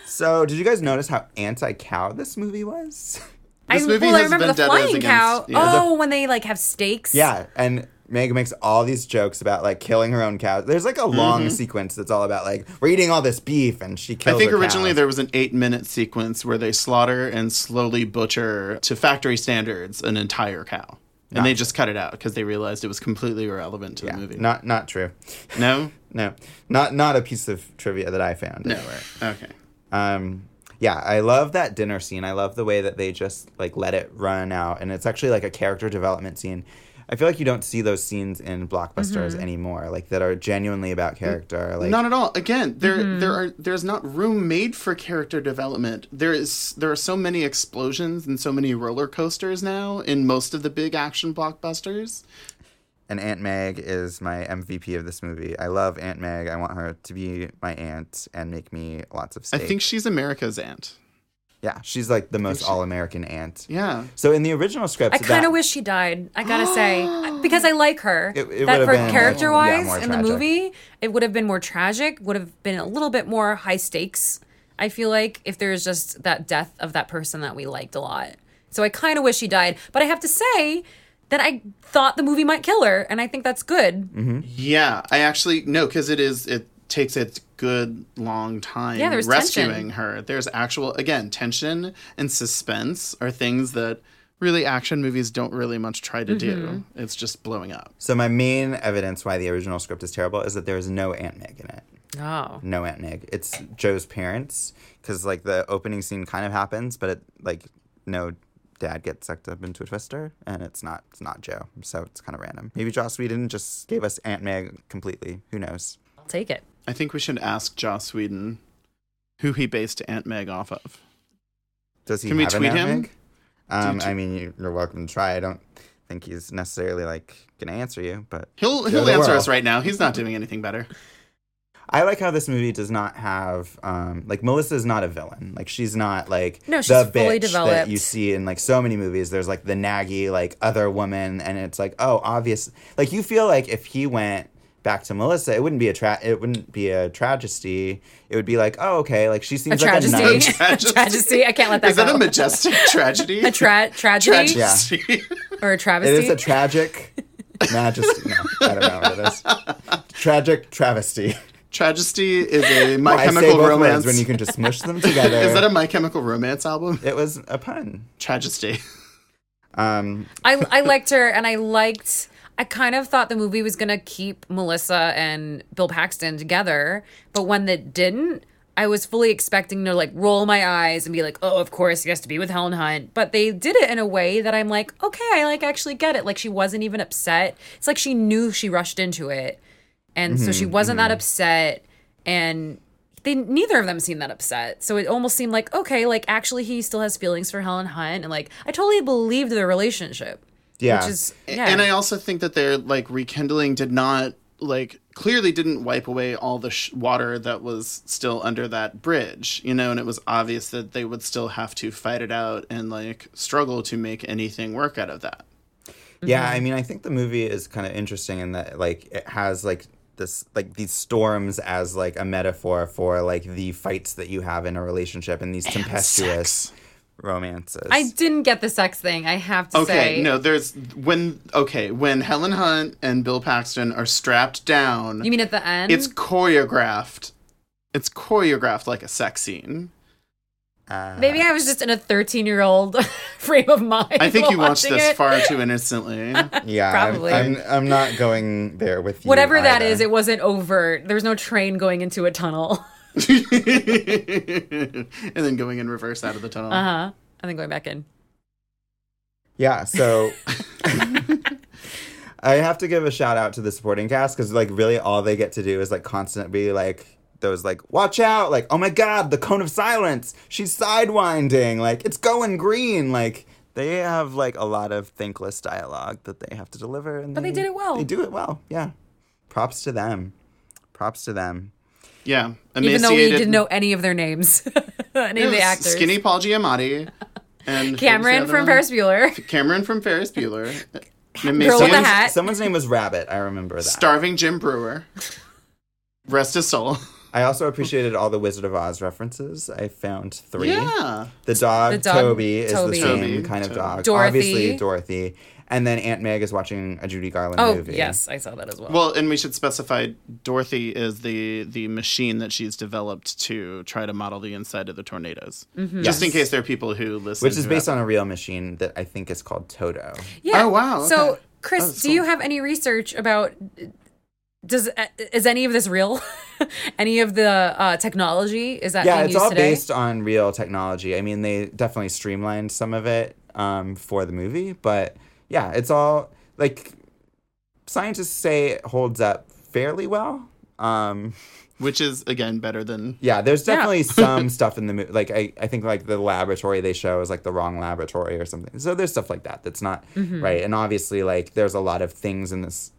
So, did you guys notice how anti-cow this movie was? This movie well, I has remember the vendettas flying against- cow. yeah. oh, when they like have stakes. Yeah, and Meg makes all these jokes about like killing her own cows. There's like a long sequence that's all about like we're eating all this beef and she kills. I think her originally cows. there was an eight minute sequence where they slaughter and slowly butcher to factory standards an entire cow. And they just cut it out because they realized it was completely irrelevant to yeah, the movie. not not true. no? No, not not a piece of trivia that I found. No. Okay. Um, yeah, I love that dinner scene. I love the way that they just like let it run out, and it's actually like a character development scene. I feel like you don't see those scenes in blockbusters anymore, like that are genuinely about character. Like Not at all. Again, there Mm-hmm. there are there's not room made for character development. There is there are so many explosions and so many roller coasters now in most of the big action blockbusters. and Aunt Meg is my MVP of this movie. I love Aunt Meg. I want her to be my aunt and make me lots of I steak. think she's America's aunt. yeah, she's like the most all American aunt. Yeah. So in the original script, I kind that- of wish she died. I gotta say, because I like her. It- it that would've for been, like, yeah, character-wise more in the tragic. movie, it would have been more tragic. Would have been a little bit more high stakes. I feel like if there is just that death of that person that we liked a lot. So I kind of wish she died. But I have to say that I thought the movie might kill her, and I think that's good. Yeah, I actually no, because it is it takes a good long time Yeah, there's rescuing tension. her. There's actual again tension and suspense are things that really action movies don't really much try to do. Mm-hmm. It's just blowing up. So my main evidence why the original script is terrible is that there is no Aunt Meg in it. Oh, No Aunt Meg. It's Joe's parents because like the opening scene kind of happens, but it like no dad gets sucked up into a twister, and it's not it's not Joe. So it's kind of random. Maybe Joss Whedon just gave us Aunt Meg completely. Who knows? I'll take it. I think we should ask Joss Whedon who he based Aunt Meg off of. Does he Can we have an tweet Aunt him? Meg? Um, Do- do- I mean, you- you're welcome to try. I don't think he's necessarily like gonna answer you, but He'll Go he'll to answer world. us right now. He's not doing anything better. I like how this movie does not have um, like Melissa's not a villain. Like she's not like No, she's the fully bitch that developed. you see in like so many movies. There's like the naggy like other woman, and it's like oh obvious. Like you feel like if he went back to Melissa, it wouldn't be a tra- it wouldn't be a tragedy. It would be like oh okay, like she A seems like a tragedy. nice. a Tragedy. tragedy. I can't let that Is that go. a majestic tragedy? a tra- tragedy tragedy. or a It travesty? is a tragic majesty. No, I don't know what it is. Tragic travesty. Tragedy is a My I say Chemical both Romance. words when you can just mush them together. Is that a My Chemical Romance album? it was a pun. Tragedy. Um, I, I liked her and I liked I kind of thought the movie was gonna keep Melissa and Bill Paxton together, but when it didn't, I was fully expecting to like roll my eyes and be like, oh, of course he has to be with Helen Hunt. But they did it in a way that I'm like, okay, I like actually get it. Like she wasn't even upset. It's like she knew she rushed into it. And so she wasn't that upset and they neither of them seemed that upset. So it almost seemed like, okay, like actually he still has feelings for Helen Hunt and like I totally believed their relationship. yeah. Which is yeah. And I also think that their like rekindling did not like clearly didn't wipe away all the sh- water that was still under that bridge, you know, and it was obvious that they would still have to fight it out and like struggle to make anything work out of that. mm-hmm. Yeah, I mean, I think the movie is kind of interesting in that like it has like this like these storms as like a metaphor for like the fights that you have in a relationship and these tempestuous romances. I didn't get the sex thing, I have to Okay, say. no, there's when okay, when Helen Hunt and Bill Paxton are strapped down, You mean at the end? it's choreographed. It's choreographed like a sex scene. Uh, Maybe I was just in a 13 year old frame of mind. I think while you watched watching this it. far too innocently. yeah, I'm- probably. I'm, I'm, not going there with you. Whatever that either. is, it wasn't overt. There was no train going into a tunnel. and then going in reverse out of the tunnel. Uh huh. And then going back in. Yeah, so I have to give a shout out to the supporting cast because like really all they get to do is like constantly like those like watch out like oh my god the cone of silence she's sidewinding like it's going green like they have like a lot of thankless dialogue that they have to deliver and But they did it well. they do it well yeah props to them props to them Yeah, Even though emaciated. we didn't know any of their names, any of the s- actors. Skinny Paul Giamatti. And who was the Cameron other from one? Ferris Bueller. Cameron from Ferris Bueller. Girl An with a emaciated- hat. someone's name was rabbit i remember that Starving Jim Brewer. Rest his soul. i also appreciated all the wizard of oz references i found three Yeah. The dog, The dog, Toby, is the Toby. same Toby, kind of Toby. dog. Dorothy. Obviously, Dorothy. And then Aunt Meg is watching a Judy Garland Oh, movie. yes, I saw that as well. Well, and we should specify Dorothy is the the machine that she's developed to try to model the inside of the tornadoes. Mm-hmm. Just in Yes. case there are people who listen. Which is who based have- on a real machine that I think is called Toto. yeah. Oh, wow, So, okay. Oh, Chris, do you have any research about does is any of this real? any of the uh, technology is that Yeah, being it's used all today? based on real technology. I mean, they definitely streamlined some of it um, for the movie, but yeah, it's all like scientists say it holds up fairly well. Um, which is again better than Yeah, there's definitely some stuff in the movie. Like I, I think like the laboratory they show is like the wrong laboratory or something. So there's stuff like that that's not right. And obviously, like there's a lot of things in this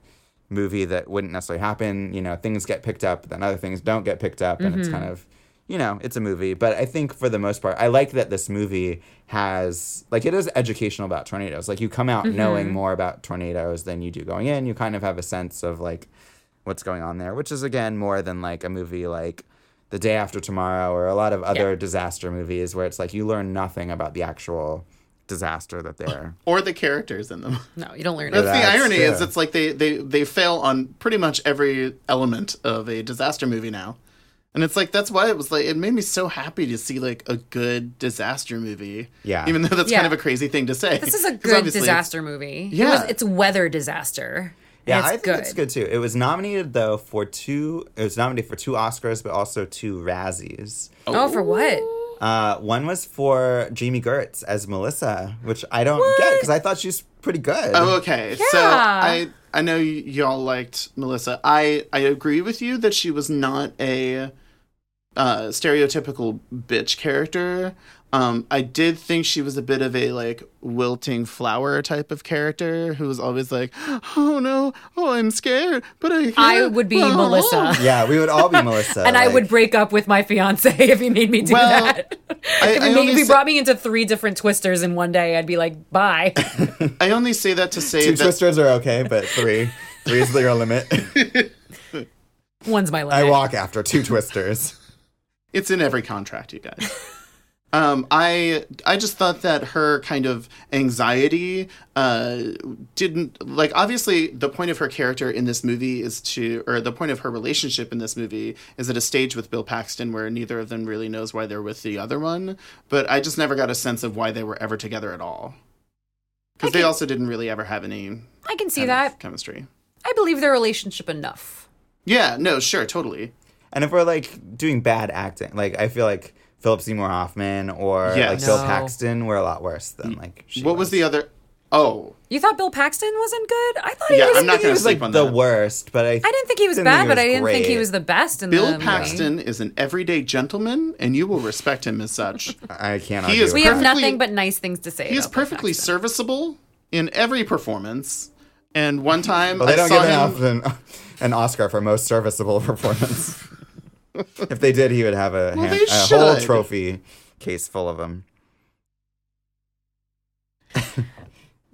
movie that wouldn't necessarily happen. You know, things get picked up, then other things don't get picked up, and it's kind of, you know, it's a movie. But I think for the most part, I like that this movie has like it is educational about tornadoes. Like you come out knowing more about tornadoes than you do going in. You kind of have a sense of like what's going on there, which is again more than like a movie like The Day After Tomorrow or a lot of other disaster movies where it's like you learn nothing about the actual disaster that they're. or the characters in them. No, you don't learn That's, it. That's the irony is true. it's like they, they they fail on pretty much every element of a disaster movie now. And it's like that's why it was like it made me so happy to see like a good disaster movie. Yeah. Even though that's kind Yeah. of a crazy thing to say. This is a 'Cause good obviously it's- disaster movie. It Yeah. was- it's weather disaster. and Yeah, it's I think good. it's good too. It was nominated though for two. It was nominated for two Oscars, but also two Razzies. Oh, for what? Uh, one was for Jamie Gertz as Melissa, which I don't 'cause get because I thought she's pretty good. Oh, okay. So Yeah. I I know y- y'all liked Melissa. I I agree with you that she was not a uh, stereotypical bitch character. Um, I did think she was a bit of a like wilting flower type of character who was always like, "Oh no, oh I'm scared, but I can't. I would be Oh." Melissa. Yeah, we would all be Melissa, And I like- would break up with my fiance if he made me do Well, that. I- if I he, made, only if he sa- brought me into three different twisters in one day, I'd be like, bye. I only say that to say Two that twisters are okay, but three, three is your limit. One's my I limit. walk after two twisters. It's in every contract, you guys. um, I I just thought that her kind of anxiety uh, didn't like. Obviously, the point of her character in this movie is to, or the point of her relationship in this movie is at a stage with Bill Paxton where neither of them really knows why they're with the other one. But I just never got a sense of why they were ever together at all. Because they also didn't really ever have any I can see kind that. of chemistry. I believe their relationship enough. Yeah, no, sure, totally. And if we're like doing bad acting, like I feel like Philip Seymour Hoffman or like Yes. Bill No. Paxton were a lot worse than like. She what was the other? Oh, You thought Bill Paxton wasn't good? I thought he yeah, was. I'm not He going to was sleep like on the that. worst, but I. I didn't think he was Didn't bad, think he but I was didn't think he great. was the best in the Bill movie. Paxton is an everyday gentleman, and you will respect him as such. I can't. He argue with is We that. have Perfectly- nothing but nice things to say. he is about Bill perfectly Paxton. serviceable in every performance. And one time Well, they I don't saw give uh, him. an, an, an Oscar for most serviceable performance. if they did, he would have a, hand, they a whole should. trophy case full of them.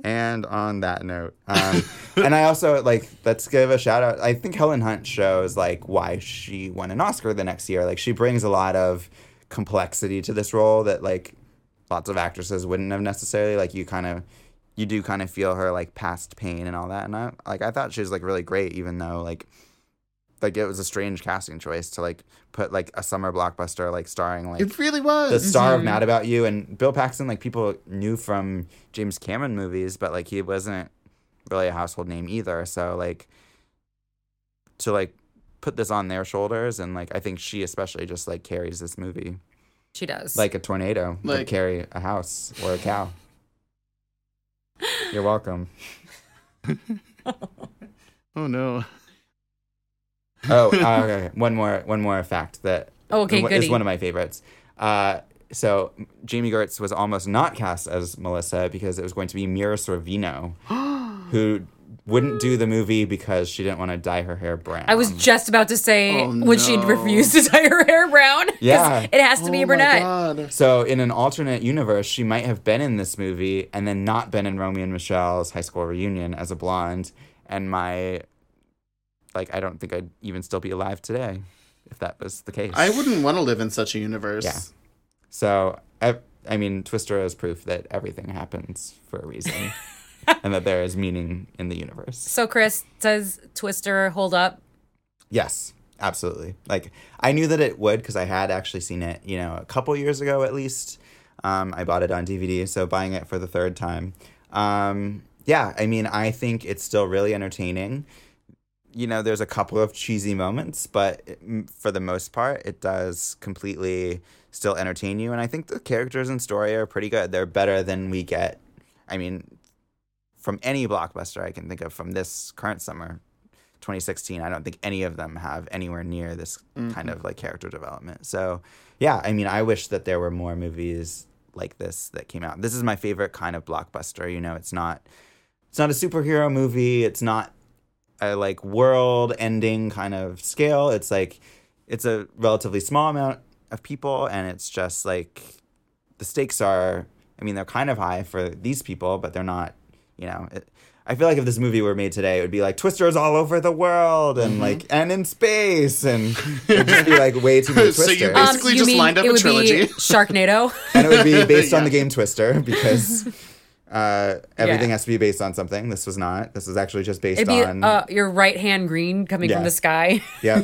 and on that note, um, and I also like let's give a shout out. I think Helen Hunt shows like why she won an Oscar the next year. Like she brings a lot of complexity to this role that like lots of actresses wouldn't have necessarily like you kind of you do kind of feel her like past pain and all that and i like i thought she was like really great even though like like it was a strange casting choice to like put like a summer blockbuster like starring like It really the was. star of mad about you and bill paxton like people knew from james cameron movies but like he wasn't really a household name either so like to like put this on their shoulders and like i think she especially just like carries this movie She does. like a tornado Like- would carry a house or a cow. You're welcome. Oh no. Oh, uh, okay. One more, one more fact that Oh, is Okay, goody. one of my favorites. Uh, so Jamie Gertz was almost not cast as Melissa because it was going to be Mira Sorvino, who wouldn't do the movie because she didn't want to dye her hair brown. I was just about to say, Oh, would she no. refuse to dye her hair brown? 'Cause Yeah. It has to be oh a brunette. My God. So in an alternate universe, she might have been in this movie and then not been in Romeo and Michelle's high school reunion as a blonde. And my, like, I don't think I'd even still be alive today if that was the case. I wouldn't want to live in such a universe. Yeah. So, I, I mean, Twister is proof that everything happens for a reason and that there is meaning in the universe. So, Chris, does Twister hold up? Yes, absolutely. Like, I knew that it would because I had actually seen it, you know, a couple years ago at least. Um, I bought it on DVD, so buying it for the third time. Um, yeah, I mean, I think it's still really entertaining. You know, there's a couple of cheesy moments, but it- m- for the most part, it does completely still entertain you. And I think the characters and story are pretty good. They're better than we get. I mean, from any blockbuster I can think of from this current summer, 2016, I don't think any of them have anywhere near this kind of like character development. So, yeah, I mean, I wish that there were more movies like this that came out. This is my favorite kind of blockbuster. You know, it's not it's not a superhero movie. It's not a like world ending kind of scale. It's like it's a relatively small amount of people and it's just like the stakes are I mean, they're kind of high for these people, but they're not, you know, it, I feel like if this movie were made today, it would be like twisters all over the world and Mm-hmm. like and in space and it'd just be like way too many So twisters. you Basically just lined up Um, it a would be trilogy. Sharknado. and it would be based on Yeah. the game Twister because uh, everything Yeah. has to be based on something. This was not. This was actually just based It'd be on uh, your right hand green coming Yeah. from the sky. yeah,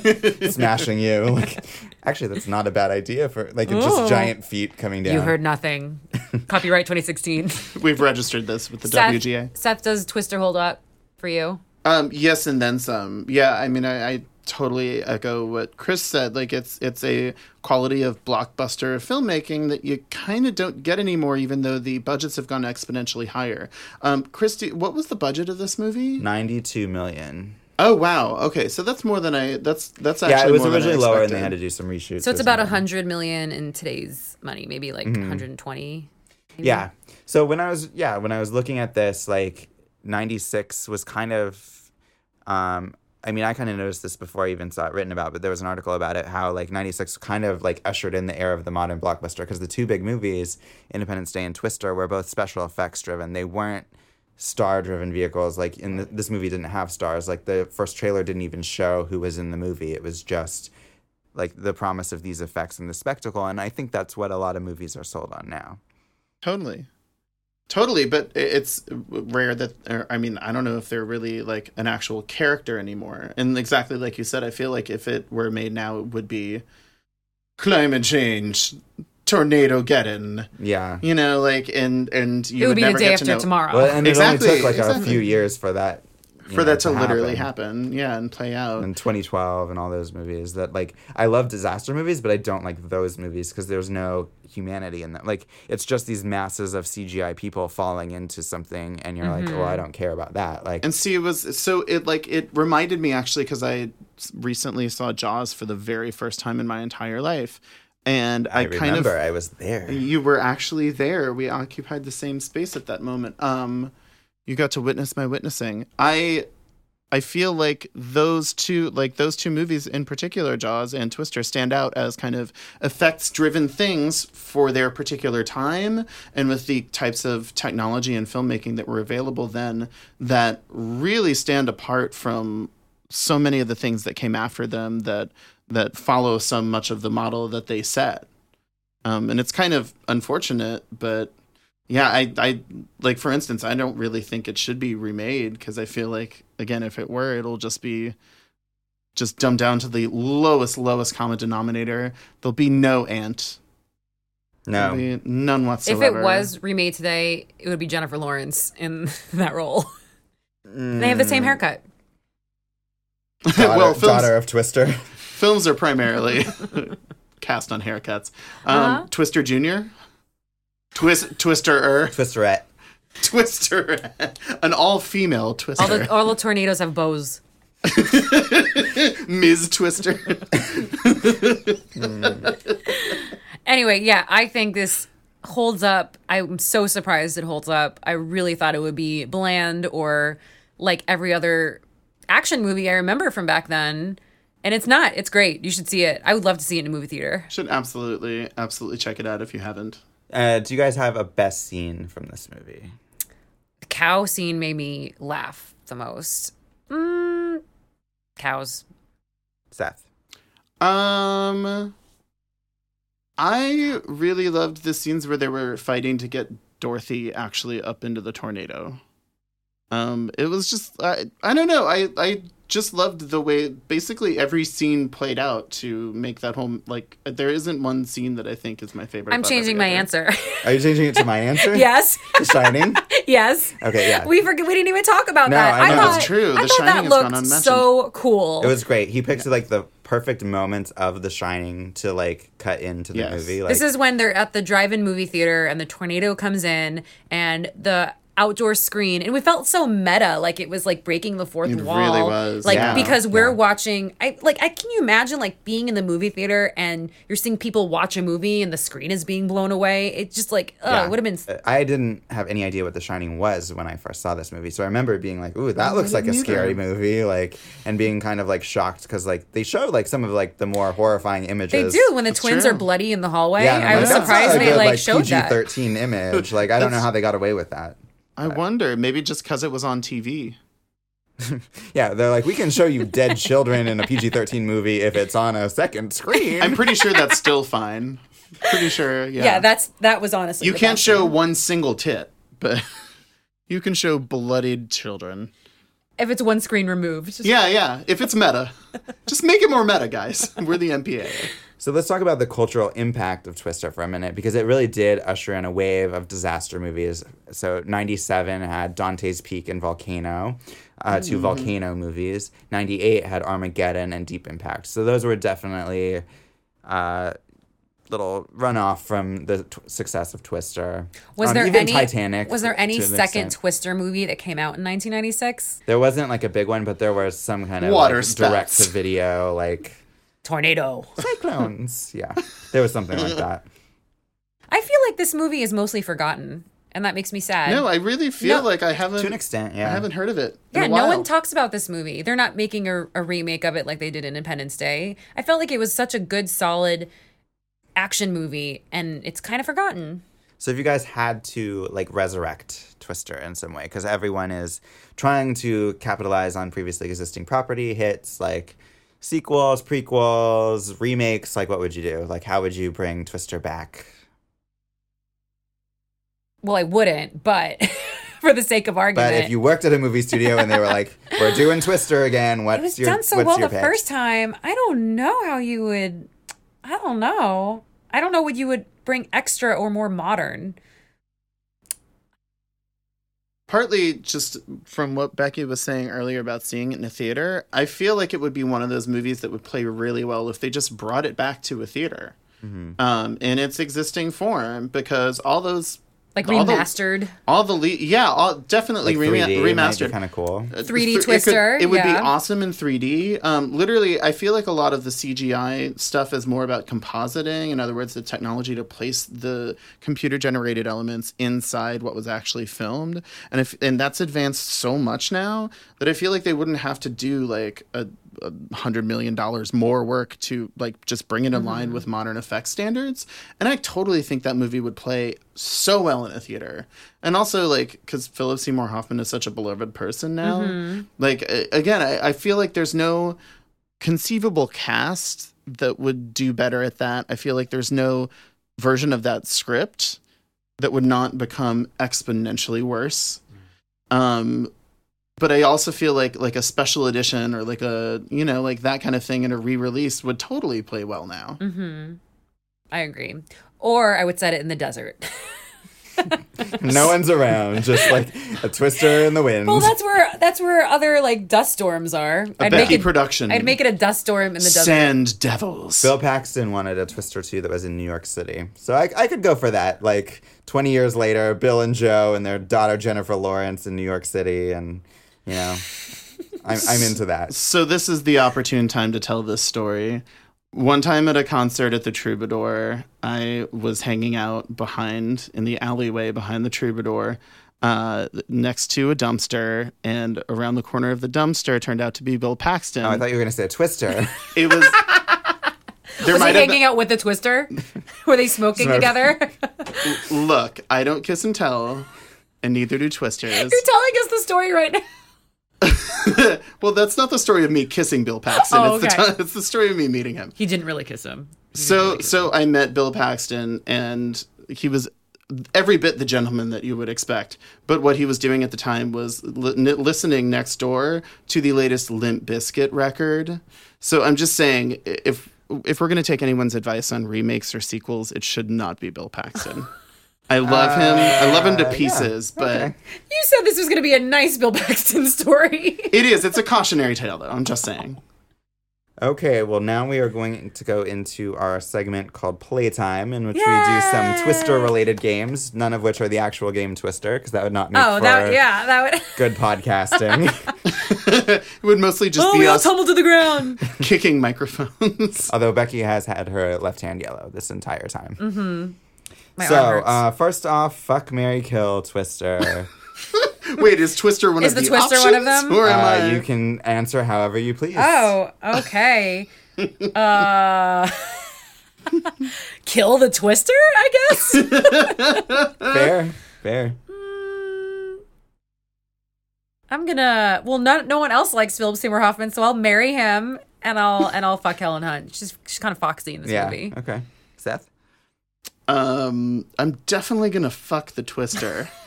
smashing you. Like, actually, that's not a bad idea for like it's Ooh. just giant feet coming down. Oh. You heard nothing. Copyright 2016. We've registered this with the Seth, WGA. Seth, does Twister hold up for you? Um, yes, and then some. Yeah, I mean, I, I totally echo what Chris said. Like, it's it's a quality of blockbuster filmmaking that you kind of don't get anymore, even though the budgets have gone exponentially higher. Um, Christy, what was the budget of this movie? ninety-two million. Oh wow. Okay, so that's more than I. That's that's actually Yeah, it was more than I originally lower, and they expected. had to do some reshoots. So it's or about something. 100 million in today's money, maybe like 120. Yeah. So when I was yeah when I was looking at this, like '96 was kind of, um, I mean I kind of noticed this before I even saw it written about, but there was an article about it how like '96 kind of like ushered in the era of the modern blockbuster because the two big movies, Independence Day and Twister, were both special effects driven. They weren't star driven vehicles like in the, this movie didn't have stars like the first trailer didn't even show who was in the movie it was just like the promise of these effects and the spectacle and i think that's what a lot of movies are sold on now Totally. Totally, but i- it's rare that, or, I mean, I don't know if they're really like an actual character anymore. And exactly like you said, I feel like if it were made now, it would be climate change, tornado getting, yeah you know, like, and and you it would, be the never day get after to know, tomorrow. Well, and it only Exactly, took like a exactly. few years for that you for know, that to, literally happen. Yeah, and play out. In 2012 and all those movies that like I love disaster movies, but I don't like those movies because there's no humanity in them. Like it's just these masses of CGI people falling into something, and you're like, Mm-hmm. well, I don't care about that. Like And see, it was so it like it reminded me actually because I s- recently saw Jaws for the very first time in my entire life, and I, I kind remember of I was there. you were actually there. We occupied the same space at that moment. Um, you got to witness my witnessing. I, I feel like those two, like those two movies in particular, Jaws and Twister, stand out as kind of effects-driven things for their particular time, and with the types of technology and filmmaking that were available then, that really stand apart from so many of the things that came after them that that follow so much of the model that they set um, and it's kind of unfortunate, but yeah, I, I like for instance, I don't really think it should be remade because I feel like again, if it were, it'll just be just dumbed down to the lowest lowest common denominator. There'll be no ant, No, There'll be none if whatsoever. it was remade today, it would be Jennifer Lawrence in that role. They have the same Mm, haircut. Daughter, well, films, daughter of Twister. films are primarily cast on haircuts. Um, Uh-huh. Twister Junior, Twist Twister Er. Twisterette. Twister, an all-female Twister, All the, all the tornadoes have bows. Ms. Twister. Anyway, yeah, I think this holds up. I'm so surprised it holds up. I really thought it would be bland or like every other action movie I remember from back then. And it's not. It's great. You should see it. I would love to see it in a movie theater. Should absolutely, absolutely check it out if you haven't. Uh, do you guys have a best scene from this movie? The cow scene made me laugh the most. Mm, cows. Seth. Um, I really loved the scenes where they were fighting to get Dorothy actually up into the tornado. Um, it was just I I don't know I I just loved the way basically every scene played out to make that whole like there isn't one scene that I think is my favorite. I'm about changing my every other. answer. Are you changing it to my answer? yes. The Shining? Yes. Okay, yeah. We forget. We didn't even talk about No, that. I know. That's true. I thought The that Shining has gone looked unmentioned. so cool. It was great. He picked like the perfect moments of The Shining to like cut into the Yes. movie. Like, this is when they're at the drive-in movie theater and the tornado comes in and the outdoor screen and we felt so meta like it was like breaking the fourth It wall really was, like yeah. because we're watching i like i can you imagine like being in the movie theater and you're seeing people watch a movie and the screen is being blown away it's just like oh yeah. Uh, it would have been I didn't have any idea what The Shining was when I first saw this movie, so I remember being like, "Ooh, that looks like a didn't scary either. movie," like, and being kind of like shocked because like they showed like some of like the more horrifying they images. do when the twins true. are bloody in the hallway Yeah, and I'm i like, was "That's surprised not a they good, like, showed that PG-13 image. Like, I don't know how they got away with that. I wonder maybe just because it was on TV. Yeah, they're like, we can show you dead children in a PG-13 movie if it's on a second screen. I'm pretty sure that's still fine. Pretty sure, yeah. yeah. that's that was honestly you the can't best. show one single tit, but you can show bloodied children. if it's one screen removed Yeah, yeah. If it's meta, just make it more meta, guys. We're the MPA. So let's talk about the cultural impact of Twister for a minute because it really did usher in a wave of disaster movies. So 97 had Dante's Peak and Volcano, uh, Mm. two volcano movies. 98 had Armageddon and Deep Impact. So those were definitely uh, little runoff from the t- success of Twister. Was Um, there even any Titanic? Was there any to an second extent. Twister movie that came out in 1996? There wasn't like a big one, but there was some kind of Water like, spouts. direct to video like Tornado. cyclones. yeah, there was something like that. I feel like this movie is mostly forgotten, and that makes me sad. No, I really feel No, like I haven't. To an extent, yeah. I haven't heard of it. in yeah, a while. no one talks about this movie. They're not making a, a remake of it like they did Independence Day. I felt like it was such a good, solid action movie, and it's kind of forgotten. So if you guys had to like resurrect Twister in some way, because everyone is trying to capitalize on previously existing property hits, like sequels, prequels, remakes, like what would you do? Like how would you bring Twister back? Well, I wouldn't, but for the sake of But argument, if you worked at a movie studio and they were like, "We're doing Twister again," what's it was your done so what's well your the pick? first time. I don't know how you would. I don't know. I don't know what you would bring extra or more modern. Partly just from what Becky was saying earlier about seeing it in a theater, I feel like it would be one of those movies that would play really well if they just brought it back to a theater um, in its existing form because all those. Like all the- remastered. All the le- yeah, all, definitely like rema- 3D might be remastered. kind of cool. Uh, 3D it could- Twister, It, would yeah. be awesome in 3D. Um, literally, I feel like a lot of the CGI stuff is more about compositing. In other words, the technology to place the computer generated elements inside what was actually filmed. And if and that's advanced so much now that I feel like they wouldn't have to do like a, a hundred million dollars more work to like just bring it in line with modern effects standards. And I totally think that movie would play so well in a theater. And also like because Philip Seymour Hoffman is such a beloved person now. Like a- again, I, I feel like there's no conceivable cast that would do better at that. I feel like there's no version of that script that would not become exponentially worse. Um but I also feel like like a special edition or like a you know like that kind of thing in a re-release would totally play well now. Mm-hmm. I agree. Or I would set it in the desert. no one's around, just like a twister in the wind. Well, that's where that's where other like dust storms are. I'd Becky make it, production. I'd make it a dust storm in the desert. Sand Devils. Bill Paxton wanted a twister too that was in New York City. So I, I could go for that. Like 20 years later, Bill and Joe and their daughter Jennifer Lawrence in New York City. And, you know, I'm, I'm into that. So this is the opportune time to tell this story. One time at a concert at the Troubadour, I was hanging out behind in the alleyway behind the Troubadour, uh, next to a dumpster, and around the corner of the dumpster turned out to be Bill Paxton. Oh, I thought you were going to say a twister. it was. There Was he might have hanging out with the twister? Were they smoking Smoke. together? been, look. I don't kiss and tell, and neither do twisters. You're telling us the story right now. well, that's not the story of me kissing Bill Paxton. Oh, it's, okay. the t- it's the story of me meeting him. He didn't really kiss him. So so I met Bill Paxton and he was every bit the gentleman that you would expect. But what he was doing at the time was li- n- listening next door to the latest Limp Biscuit record. So I'm just saying i- if if we're going to take anyone's advice on remakes or sequels, it should not be Bill Paxton. I love him. I love Uh, him to pieces, but You said this was going to be a nice Bill Paxton story. it is. It's a cautionary tale, though. I'm just saying. okay, well, now we are going to go into our segment called Playtime, in which we do Yay! some twister related games, none of which are the actual game Twister, because that would not make oh, for that yeah, that would. good podcasting. It would mostly just Oh, be we all us tumbled to the ground. kicking microphones. Although Becky has had her left hand yellow this entire time. Mm-hmm. My So, arm hurts. uh, first off, fuck Mary Kill Twister. Wait, is Twister one Is of the the Twister one of options, them? Or am uh, I? you can answer however you please. oh, okay. uh, kill the twister, I guess. uh, Fair, fair. Mm, I'm gonna. Well, not no one else likes Philip Seymour Hoffman, so I'll marry him and I'll and I'll fuck Helen Hunt. She's she's kind of foxy in this Yeah. movie. Okay. Seth? Um, I'm definitely gonna fuck the Twister.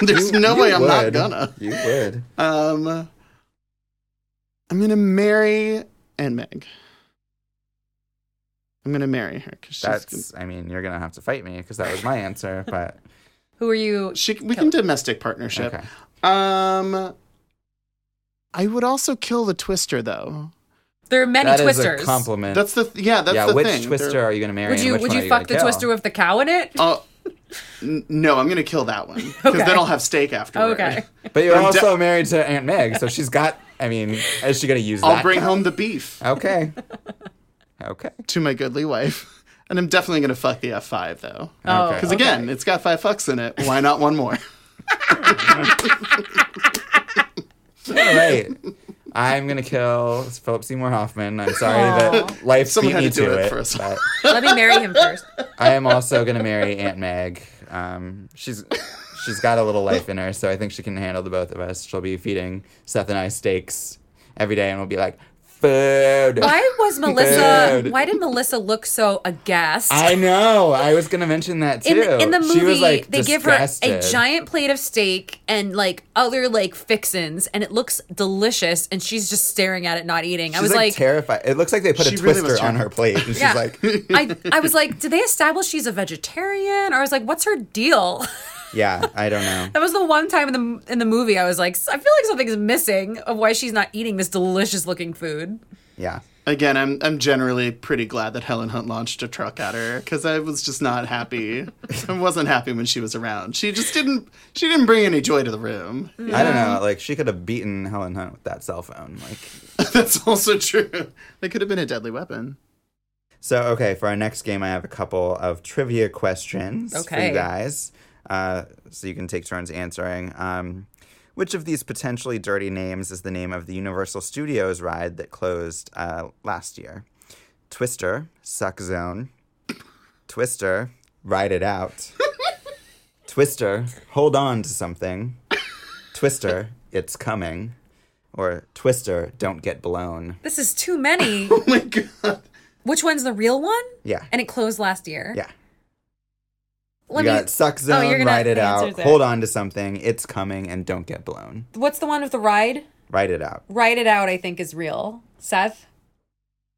There's no way I'm not would. gonna. You would. Um, I'm gonna marry Aunt Meg. I'm gonna marry her because she's That's, I mean, you're going to have to fight me because that was my answer, but Who are you? she. We can domestic partnership. okay. Um, I would also kill the Twister though. There are many That is twisters. a compliment. That's the yeah. That's yeah, the which thing. Twister They're- are you going to marry? would and you which would one you are fuck the gonna twister kill? with the cow in it? Oh, n- no, I'm gonna kill that one because Okay. then I'll have steak afterward. Oh, okay. But you're I'm de- also married to Aunt Meg, so she's got, I mean, is she going to use I'll that? bring cow? home the beef. Okay. Okay. to my goodly wife. And I'm definitely going to fuck the F5 though. Oh, Okay. Because again, it's got five fucks in it. Why not one more? All right. I'm gonna kill Philip Seymour Hoffman. I'm sorry that life beat Someone had me to do to it it. for us. but Let me marry him first. I am also gonna marry Aunt Meg. Um, she's she's got a little life in her, so I think she can handle the both of us. She'll be feeding Seth and I steaks every day, and we'll be like, food. Why was Melissa? Dude. Why did Melissa look so aghast? I know. I was gonna mention that too. in the, in the movie, she was like they give her a disgusted. giant plate of steak and like other like fixins, and it looks delicious. And she's just staring at it, not eating. I She's was like, like, terrified. It looks like they put a She really was twister on her plate, and she's Yeah. like, I, I was like, did they establish she's a vegetarian? Or I was like, what's her deal? "Yeah, I don't know." that was the one time in the in the movie I was like, I feel like something's missing of why she's not eating this delicious looking food. Yeah. Again, I'm I'm generally pretty glad that Helen Hunt launched a truck at her because I was just not happy. I wasn't happy when she was around. She just didn't she didn't bring any joy to the room. I don't know. Like she could have beaten Helen Hunt with that cell phone. Like That's also true. That could have been a deadly weapon. so. Okay, for our next game, I have a couple of trivia questions for Okay. you guys, uh, so you can take turns answering. Um, which of these potentially dirty names is the name of the Universal Studios ride that closed uh, last year? Twister, Suck Zone, Twister, Ride It Out, Twister, Hold On to Something, Twister, It's Coming, or Twister, Don't Get Blown. This is too many. Oh my god. Which one's the real one? Yeah. And it closed last year. Yeah. Let you me. Oh, got suck zone, you're gonna- ride it the out, answer's there. hold on to something, it's coming, and don't get blown. What's the one with the ride? Ride it out. Ride it out. I think is real. Seth.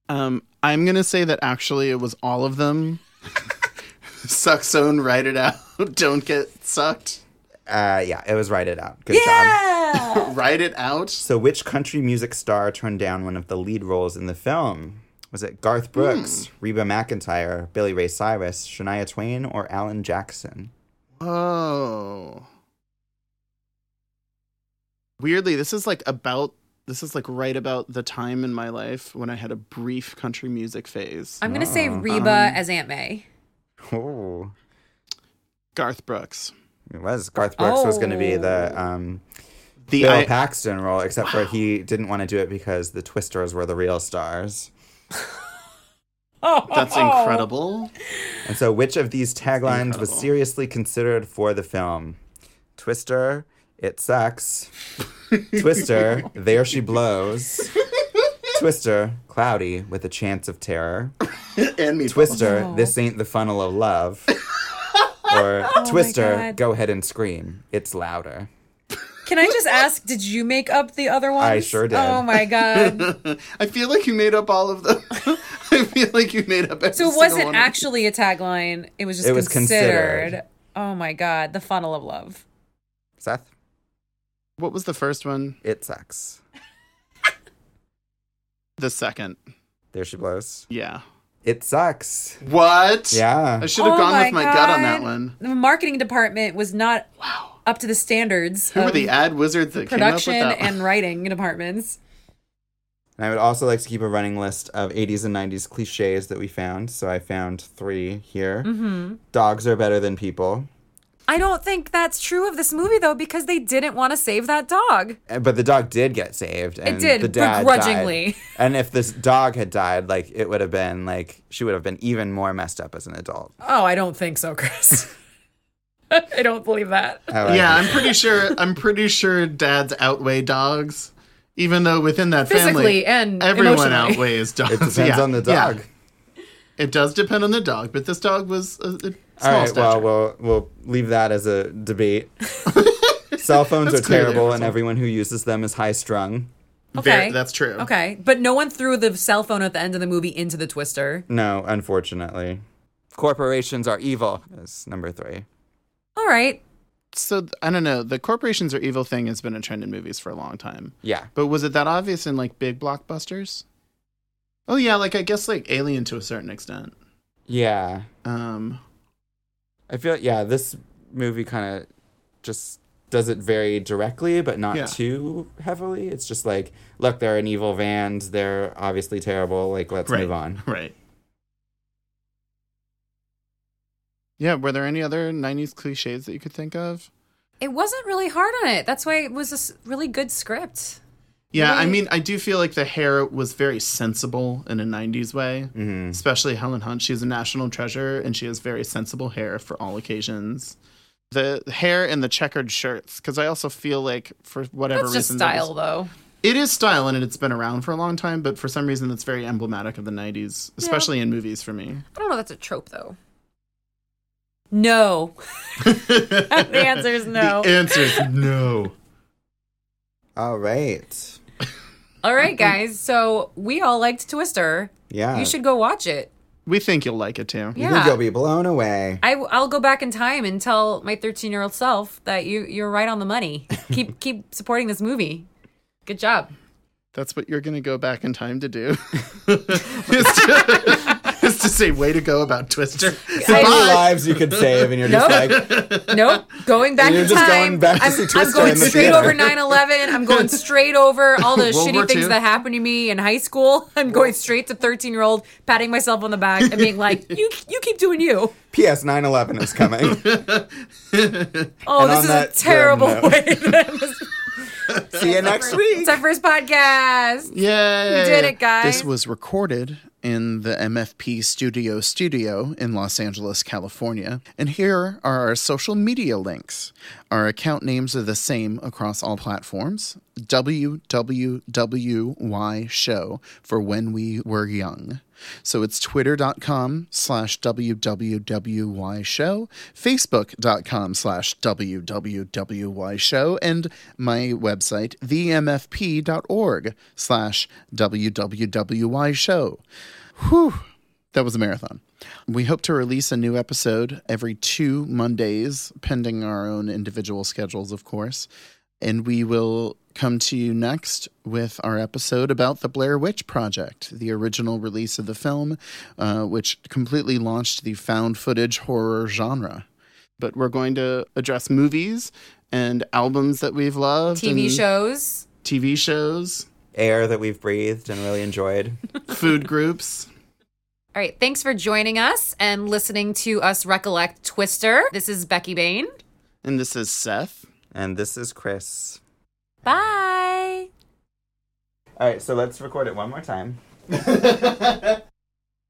Um, I'm gonna say that actually it was all of them. Suck zone, write it out. Don't get sucked. Uh, yeah, it was Write It Out. Good job. Yeah. Write it out. So, which country music star turned down one of the lead roles in the film? Was it Hmm. Garth Brooks, Reba McIntyre, Billy Ray Cyrus, Shania Twain, or Alan Jackson? Oh. Weirdly, this is like about this is like right about the time in my life when I had a brief country music phase. I'm gonna say Oh, Reba um, as Aunt May. Oh, Garth Brooks. it was Garth Brooks was going to be the Oh. um, The Bill I- Paxton role, except for he didn't want to do it because the Twisters were the real stars. Oh, that's incredible. And so, which of these taglines was Incredible. seriously considered for the film? Twister, it sucks. Twister, there she blows. Twister, cloudy with a chance of terror. and me. Twister, No. Oh this ain't the funnel of love. Or Twister, God. go ahead and scream. It's louder. Can I just ask? Did you make up the other ones? sure did. Oh my god! I feel like you made up all of them. I feel like you made up. Every So it single wasn't one of- actually a tagline. It was just It was considered. considered. Oh my god! The funnel of love. Seth, What was the first one? it sucks. The second. There she blows. Yeah. It sucks. What? Yeah. I should have Oh gone with my gut on that God. one. The marketing department was not up to the standards Who of were the ad wizards that came up with Um, production that? one? and writing departments. And I would also like to keep a running list of 80s and 90s cliches that we found. So I found three here. Mm-hmm. Dogs are better than people. I don't think that's true of this movie though, because they didn't want to save that dog. Uh, But the dog did get saved. And did, the dad begrudgingly. died. And if this dog had died, like it would have been like she would have been even more messed up as an adult. Oh, I don't think so, Chris. I don't believe that. I like yeah, it. I'm pretty sure. I'm pretty sure dads outweigh dogs, even though within that Physically family, and everyone emotionally. outweighs dogs. It depends Yeah, on the yeah. dog. It does depend on the dog, but this dog was a, a small All right. stature. Well, we'll we'll leave that as a debate. Cell phones are That's clearly terrible, and reasonable. everyone who uses them is high strung. Okay. Ver- that's true. Okay, but no one threw the cell phone at the end of the movie into the twister. No, unfortunately, corporations are evil. Is number three. All right. So th- I don't know. The corporations are evil thing has been a trend in movies for a long time. Yeah. But was it that obvious in like big blockbusters? Oh yeah, like I guess like Alien to a certain extent. Yeah. Um, I feel yeah, this movie kind of just does it very directly, but not Yeah. too heavily. It's just like, look, they're an evil band. They're obviously terrible. Like, let's right. move on. Right. Yeah. Were there any other '90s cliches that you could think of? It wasn't really hard on it. That's why it was a s- really good script. Yeah, I Right. mean, I do feel like the hair was very sensible in a '90s way, Mm-hmm. hmm especially Helen Hunt. She's a national treasure, and she has very sensible hair for all occasions. The hair and the checkered shirts, because I also feel like for whatever That's just reason, that was- style, though. It is style and it's been around for a long time, but for some reason that's very emblematic of the 90s, especially in movies for me. I don't know. if That's a trope, though. No. the answer is no. The answer is no. All right. all right, guys. So we all liked Twister. Yeah. You should go watch it. We think you'll like it too. You Yeah. think you'll be blown away. I, I'll go back in time and tell my 13 year old self that you, you're right on the money. keep keep supporting this movie. Good job. That's what you're going to go back in time to do. is, to, is to say way to go about Twister. How many I- lives you could save, and you're just Nope. like, Nope. Going back You're in just time. going back to I'm, see I'm Twister going in the straight theater. over 9 11. I'm going straight over all the World War shitty things II. that happened to me in high school. I'm going straight to 13 year old, patting myself on the back and being like, you you keep doing you. P.S. 9 11 is coming. Oh, And on this is a that terrible grim note. way. to end this- See you next week. it's our first podcast. Yay! You did it, guys. This was recorded in the MFP Studio Studio in Los Angeles, California. And here are our social media links. Our account names are the same across all platforms WWWY Show for When We Were Young. So it's twitter.com slash WWWY show, facebook.com slash WWWY show, and my website, themfp.org slash WWWY show. Whew. That was a marathon. We hope to release a new episode every two Mondays, pending our own individual schedules, of course. And we will come to you next with our episode about the Blair Witch Project, the original release of the film, uh, which completely launched the found footage horror genre. But we're going to address movies and albums that we've loved, TV Mm-hmm. and shows. TV shows, Air that we've breathed and really enjoyed. food groups. All right. Thanks for joining us and listening to us recollect Twister. This is Becky Bain. And this is Seth. And this is Chris. Bye. All right, so let's record it one more time.